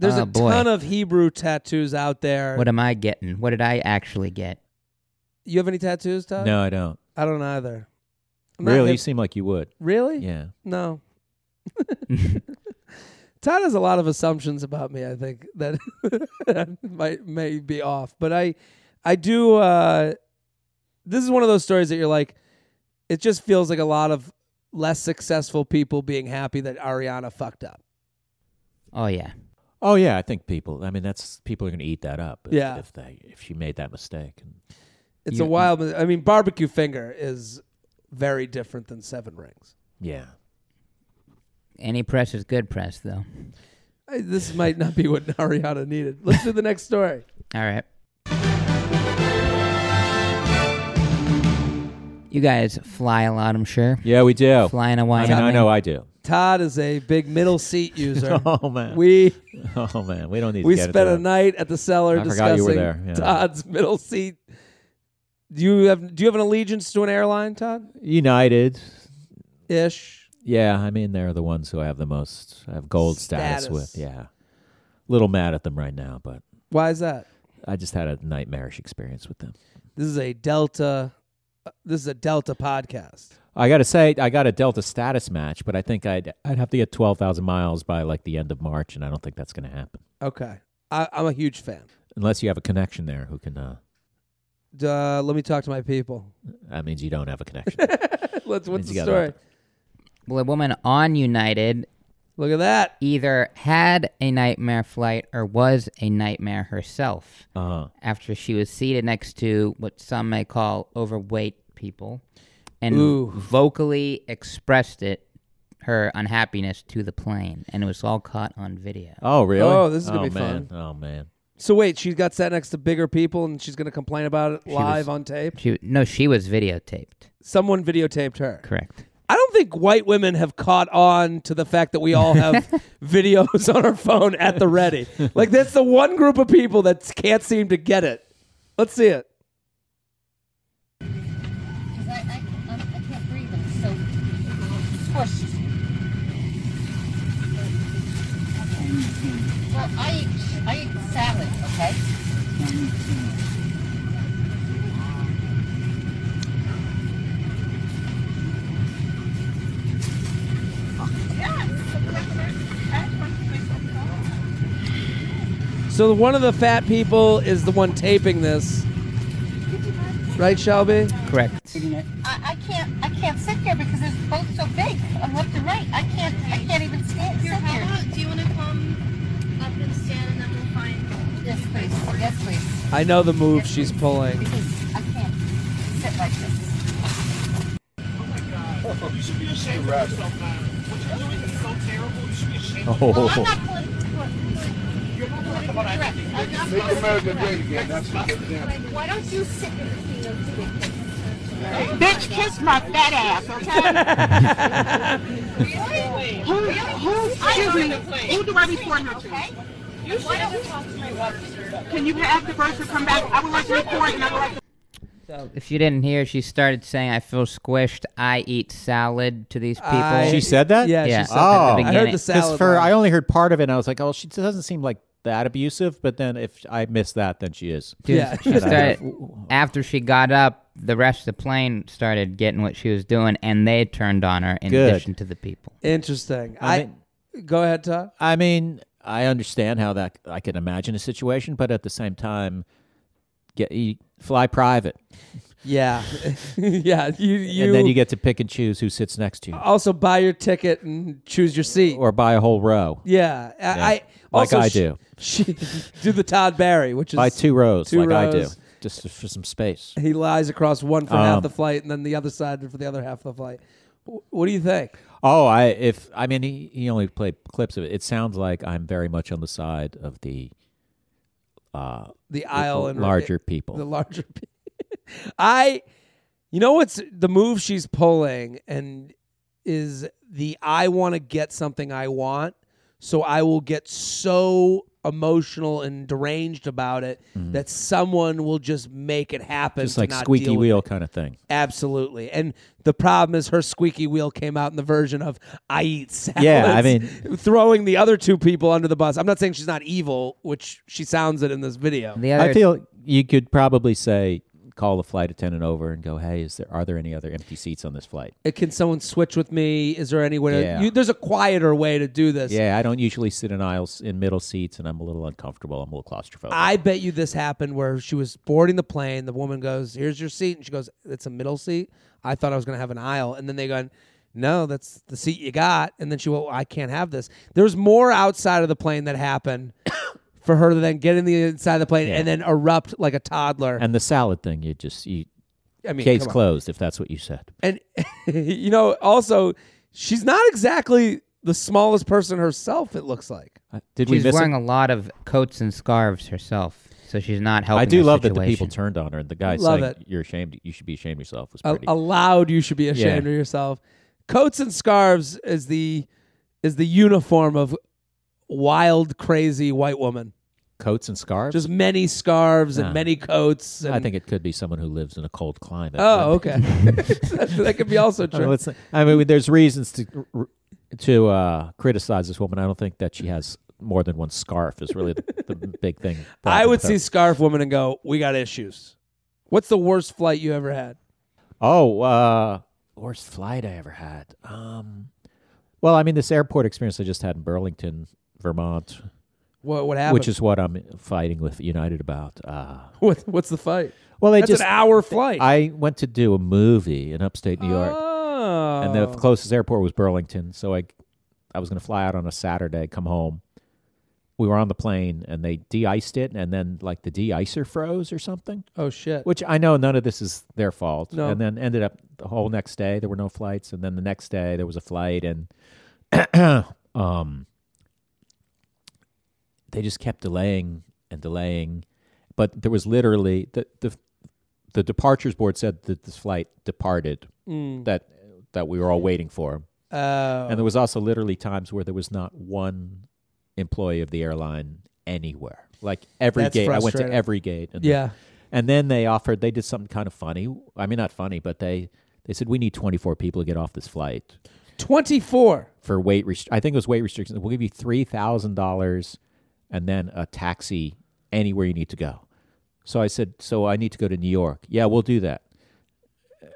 [SPEAKER 1] There's
[SPEAKER 2] oh,
[SPEAKER 1] a
[SPEAKER 2] boy,
[SPEAKER 1] ton of Hebrew tattoos out there.
[SPEAKER 2] what am I getting? What did I actually get? (laughs)
[SPEAKER 1] you have any tattoos, Todd?
[SPEAKER 3] No, I don't.
[SPEAKER 1] I don't either. I'm not
[SPEAKER 3] Really, you
[SPEAKER 1] hip-
[SPEAKER 3] seem like you would.
[SPEAKER 1] Really?
[SPEAKER 3] Yeah.
[SPEAKER 1] No. (laughs) Todd has a lot of assumptions about me. I think that (laughs) might may be off, but I, I do. Uh, this is one of those stories that you're like, it just feels like a lot of less successful people being happy that Ariana fucked up.
[SPEAKER 2] Oh, yeah.
[SPEAKER 3] Oh yeah, I think people. I mean, that's people are going to eat that up. If,
[SPEAKER 1] Yeah.
[SPEAKER 3] If they if she made that mistake. And,
[SPEAKER 1] It's a
[SPEAKER 2] You-
[SPEAKER 1] wild. I mean, barbecue finger is very different than seven rings.
[SPEAKER 3] yeah.
[SPEAKER 2] Any press is good press, though.
[SPEAKER 1] I, this might not be what (laughs) Ariana needed. Let's do the next story.
[SPEAKER 2] All right. You guys fly a lot, I'm sure.
[SPEAKER 3] Yeah, we do.
[SPEAKER 2] Flying a
[SPEAKER 3] I mean, I
[SPEAKER 2] Wyoming.
[SPEAKER 3] know I do.
[SPEAKER 1] Todd is a big middle
[SPEAKER 3] (laughs)
[SPEAKER 1] seat user.
[SPEAKER 3] Oh man.
[SPEAKER 1] We
[SPEAKER 3] oh man. We don't need.
[SPEAKER 1] we
[SPEAKER 3] to get
[SPEAKER 1] spent
[SPEAKER 3] into
[SPEAKER 1] a
[SPEAKER 3] that.
[SPEAKER 1] night at the cellar
[SPEAKER 3] I forgot
[SPEAKER 1] discussing
[SPEAKER 3] you were there, yeah.
[SPEAKER 1] Todd's (laughs) middle seat. Do you have do you have an allegiance to an airline, Todd?
[SPEAKER 3] United.
[SPEAKER 1] Ish.
[SPEAKER 3] Yeah, I mean they're the ones who I have the most. I have gold status,
[SPEAKER 1] Status.
[SPEAKER 3] with. Yeah. Little mad at them right now, but
[SPEAKER 1] Why is that?
[SPEAKER 3] I just had a nightmarish experience with them.
[SPEAKER 1] This is a Delta. This is a Delta podcast.
[SPEAKER 3] I got to say, I got a Delta status match, but I think I'd I'd have to get twelve thousand miles by like the end of March, and I don't think that's going to happen
[SPEAKER 1] Okay, I, I'm a huge fan.
[SPEAKER 3] unless you have a connection there who can. Uh,
[SPEAKER 1] Duh, uh, let me talk to my people. (laughs)
[SPEAKER 3] that means you don't have a connection.
[SPEAKER 1] Let's. What's
[SPEAKER 3] Means
[SPEAKER 1] the
[SPEAKER 3] you gotta
[SPEAKER 1] story?
[SPEAKER 3] open.
[SPEAKER 2] Well, a woman on United
[SPEAKER 1] Look at that.
[SPEAKER 2] either had a nightmare flight or was a nightmare herself
[SPEAKER 3] uh-huh.
[SPEAKER 2] after she was seated next to what some may call overweight people and
[SPEAKER 1] Ooh.
[SPEAKER 2] vocally expressed it her unhappiness to the plane and it was all caught on video
[SPEAKER 3] Oh really?
[SPEAKER 1] Oh, this is gonna
[SPEAKER 3] Oh,
[SPEAKER 1] be
[SPEAKER 3] man.
[SPEAKER 1] (laughs)
[SPEAKER 3] Oh man.
[SPEAKER 1] So wait, she got sat next to bigger people, and she's going to complain about it live
[SPEAKER 2] was-
[SPEAKER 1] on tape.
[SPEAKER 2] she no she was videotaped
[SPEAKER 1] Someone videotaped her.
[SPEAKER 2] correct
[SPEAKER 1] I don't think white women have caught on to the fact that we all have videos on our phone at the ready. Like that's the one group of people that can't seem to get it. Let's see it.
[SPEAKER 7] Because I, I, I'm- I can't breathe. I'm so squished. Well, I eat, I eat salad, okay?
[SPEAKER 1] So one of the fat people is the one taping this, right, Shelby?
[SPEAKER 2] correct
[SPEAKER 7] I, I can't I can't sit here because there's both so big. I'm left and right. I can't I can't even stand sit here.
[SPEAKER 8] Do you want to come up and stand and then we'll find
[SPEAKER 7] Yes, please. Yes, please.
[SPEAKER 1] I know the move she's pulling.
[SPEAKER 7] Because I can't sit like this.
[SPEAKER 3] Oh,
[SPEAKER 7] I'm not politically correct. I'm not politically correct. Like, Why don't you sit in the field Bitch, kiss my fat ass, okay? who, who, excuse me, who do I report her to? You should have talked to my officer. Can you have the person come back? I would like to report and I would like to...
[SPEAKER 2] so if you didn't hear she started saying i feel squished i eat salad to these people
[SPEAKER 1] I-
[SPEAKER 3] she said that.
[SPEAKER 1] Yeah,
[SPEAKER 2] Yeah.
[SPEAKER 1] she said
[SPEAKER 3] Oh,
[SPEAKER 1] that. I
[SPEAKER 2] I
[SPEAKER 1] heard
[SPEAKER 2] get
[SPEAKER 1] the
[SPEAKER 2] it.
[SPEAKER 1] salad.
[SPEAKER 3] for I
[SPEAKER 1] line.
[SPEAKER 3] only heard part of it, and I was like, oh, she doesn't seem like that abusive. But then if I miss that, then she is.
[SPEAKER 2] Dude,
[SPEAKER 1] Yeah.
[SPEAKER 2] she started, after she got up, the rest of the plane started getting what she was doing, and they turned on her in
[SPEAKER 3] Good.
[SPEAKER 2] addition to the people.
[SPEAKER 1] Interesting.
[SPEAKER 3] I
[SPEAKER 1] I, go ahead, Todd.
[SPEAKER 3] I mean, I understand how that I can imagine a situation, but at the same time, Get you fly private,
[SPEAKER 1] Yeah, (laughs) yeah. You, you,
[SPEAKER 3] and then you get to pick and choose who sits next to you,
[SPEAKER 1] also buy your ticket and choose your seat.
[SPEAKER 3] or buy a whole row.
[SPEAKER 1] yeah, I, I
[SPEAKER 3] Like
[SPEAKER 1] also
[SPEAKER 3] I
[SPEAKER 1] sh-
[SPEAKER 3] do.
[SPEAKER 1] (laughs) She, do the Todd Barry, which is
[SPEAKER 3] Buy two rows,
[SPEAKER 1] two
[SPEAKER 3] like I do,
[SPEAKER 1] rows.
[SPEAKER 3] just for some space.
[SPEAKER 1] He lies across one for half
[SPEAKER 3] Um,
[SPEAKER 1] the flight and then the other side for the other half of the flight. Wh- What do you think?
[SPEAKER 3] Oh, I if I mean he, he only played clips of it. It sounds like I'm very much on the side of the uh
[SPEAKER 1] The aisle and
[SPEAKER 3] larger people.
[SPEAKER 1] the larger. pe- (laughs) I, you know what's the move she's pulling and is the I want to get something I want, so I will get so emotional and deranged about it that someone will just make it happen.
[SPEAKER 3] Mm-hmm. just
[SPEAKER 1] to
[SPEAKER 3] like
[SPEAKER 1] not
[SPEAKER 3] squeaky
[SPEAKER 1] deal with
[SPEAKER 3] wheel kind of thing.
[SPEAKER 1] Absolutely. And the problem is her squeaky wheel came out in the version of I eat salads.
[SPEAKER 3] Yeah, I mean-
[SPEAKER 1] throwing the other two people under the bus. I'm not saying she's not evil, which she sounds it in this video.
[SPEAKER 2] The other
[SPEAKER 3] I feel you could probably say call the flight attendant over and go, "Hey, is there are there any other empty seats on this flight?"
[SPEAKER 1] Uh, Can someone switch with me? Is there any way to,
[SPEAKER 3] Yeah.
[SPEAKER 1] you, there's a quieter way to do this.
[SPEAKER 3] Yeah, I don't usually sit in aisles in middle seats and I'm a little uncomfortable. I'm a little claustrophobic.
[SPEAKER 1] I bet you this happened where she was boarding the plane. The woman goes, "Here's your seat," and she goes, "It's a middle seat. I thought I was going to have an aisle." And then they go, "No, that's the seat you got." And then she, "Well, I can't have this." There's more outside of the plane that happened (coughs) for her to then get in the inside of the plane and then erupt like a toddler.
[SPEAKER 3] and the salad thing, you just you
[SPEAKER 1] I mean,
[SPEAKER 3] case
[SPEAKER 1] come on.
[SPEAKER 3] closed if that's what you said.
[SPEAKER 1] And (laughs) you know, also, she's not exactly the smallest person herself. It looks like.
[SPEAKER 3] Uh, Did
[SPEAKER 2] she's
[SPEAKER 3] we miss it?
[SPEAKER 2] wearing a lot of coats and scarves herself, so she's not helping.
[SPEAKER 3] I do
[SPEAKER 2] her
[SPEAKER 3] love that the
[SPEAKER 2] situation.
[SPEAKER 3] people turned on her and the guy
[SPEAKER 1] Love
[SPEAKER 3] saying
[SPEAKER 1] it. Oh,
[SPEAKER 3] you're ashamed you should be ashamed of yourself was
[SPEAKER 1] A-
[SPEAKER 3] pretty
[SPEAKER 1] allowed you should be ashamed
[SPEAKER 3] Yeah.
[SPEAKER 1] of yourself. Coats and scarves is the is the uniform of wild, crazy white woman.
[SPEAKER 3] coats and scarves.
[SPEAKER 1] Just many scarves and
[SPEAKER 3] Ah.
[SPEAKER 1] many coats. And,
[SPEAKER 3] I think it could be someone who lives in a cold climate.
[SPEAKER 1] Oh, okay. (laughs) that, that could be
[SPEAKER 3] (laughs)
[SPEAKER 1] also
[SPEAKER 3] I mean,
[SPEAKER 1] true.
[SPEAKER 3] let's- I mean, there's reasons to r- to uh, criticize this woman. I don't think that she has more than one scarf is really the, the (laughs) big thing.
[SPEAKER 1] I
[SPEAKER 3] problem
[SPEAKER 1] would
[SPEAKER 3] with her.
[SPEAKER 1] see scarf woman and go, "We got issues." What's the worst flight you ever had?
[SPEAKER 3] Oh, uh, worst flight I ever had. Um, well, I mean, this airport experience I just had in Burlington, Vermont,
[SPEAKER 1] What what happened?
[SPEAKER 3] which is what I'm fighting with United about. Uh,
[SPEAKER 1] (laughs) what, what's the fight?
[SPEAKER 3] well, they
[SPEAKER 1] That's
[SPEAKER 3] just
[SPEAKER 1] an hour flight.
[SPEAKER 3] I went to do a movie in upstate New York.
[SPEAKER 1] Oh.
[SPEAKER 3] and the closest airport was Burlington. So I, I was going to fly out on a Saturday, come home. We were on the plane, and they de-iced it, and then like the de-icer froze or something.
[SPEAKER 1] oh shit.
[SPEAKER 3] Which I know none of this is their fault.
[SPEAKER 1] No.
[SPEAKER 3] And then ended up the whole next day there were no flights, and then the next day there was a flight, and (clears throat) um, they just kept delaying and delaying. But there was literally the the the departures board said that this flight departed
[SPEAKER 1] Mm.
[SPEAKER 3] that that we were all waiting for.
[SPEAKER 1] Oh.
[SPEAKER 3] And there was also literally times where there was not one employee of the airline anywhere. Like every
[SPEAKER 1] That's
[SPEAKER 3] gate, I went to
[SPEAKER 1] frustrating.
[SPEAKER 3] every gate. And
[SPEAKER 1] yeah.
[SPEAKER 3] and then they offered. They did something kind of funny. I mean, not funny, but they they said we need 24 people to get off this flight
[SPEAKER 1] Twenty four.
[SPEAKER 3] for weight. Rest- I think it was weight restrictions. We'll give you three thousand dollars and then a taxi anywhere you need to go. So I said, so I need to go to New York. Yeah, we'll do that.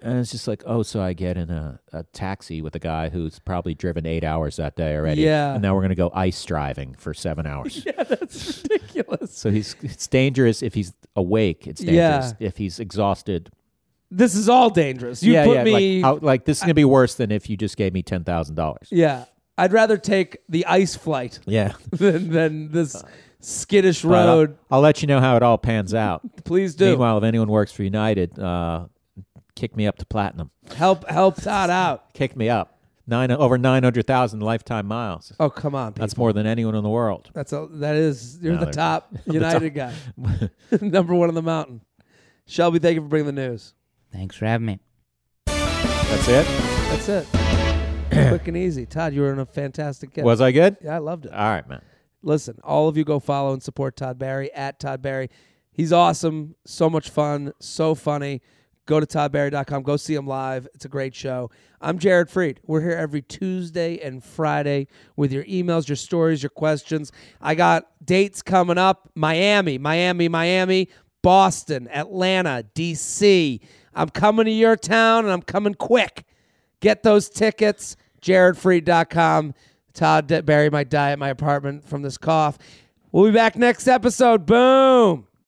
[SPEAKER 3] And it's just like, oh, so I get in a, a taxi with a guy who's probably driven eight hours that day already.
[SPEAKER 1] Yeah.
[SPEAKER 3] And now we're going to go ice driving for
[SPEAKER 1] (laughs)
[SPEAKER 3] seven hours.
[SPEAKER 1] That's ridiculous.
[SPEAKER 3] So he's it's dangerous if he's awake. It's dangerous if he's exhausted.
[SPEAKER 1] This is all dangerous. You put me.
[SPEAKER 3] like, out, like this is gonna be worse than if you just gave me ten thousand dollars.
[SPEAKER 1] yeah, I'd rather take the ice flight (laughs)
[SPEAKER 3] Yeah,
[SPEAKER 1] than than this skittish
[SPEAKER 3] But I'll-
[SPEAKER 1] road.
[SPEAKER 3] I'll, let you know how it all (laughs) pans out.
[SPEAKER 1] Please do
[SPEAKER 3] Meanwhile, if anyone works for United, uh, kick me up to platinum.
[SPEAKER 1] help help Todd out.
[SPEAKER 3] Kick me up nine over nine hundred thousand lifetime miles.
[SPEAKER 1] Oh come on, people.
[SPEAKER 3] That's more than anyone in the world.
[SPEAKER 1] that's a, that is you're
[SPEAKER 3] No,
[SPEAKER 1] (laughs) the
[SPEAKER 3] they're-
[SPEAKER 1] top United guy, (laughs) number one on the mountain. Shelby, thank you for bringing the news.
[SPEAKER 2] Thanks for having me.
[SPEAKER 3] That's it.
[SPEAKER 1] That's (clears throat) it, quick and easy. Todd, you were in a fantastic guest.
[SPEAKER 3] Was I good?
[SPEAKER 1] yeah, I loved it.
[SPEAKER 3] All right, man.
[SPEAKER 1] listen, all of you go follow and support Todd Barry at Todd Barry. He's awesome. So much fun. So funny. Go to toddbarry.com. Go see him live. It's a great show. I'm Jared Freed. We're here every Tuesday and Friday with your emails, your stories, your questions. I got dates coming up Miami, Miami, Miami, Boston, Atlanta, D.C. I'm coming to your town and I'm coming quick. Get those tickets, jaredfree.com. Todd Barry might die at my apartment from this cough. We'll be back next episode. Boom.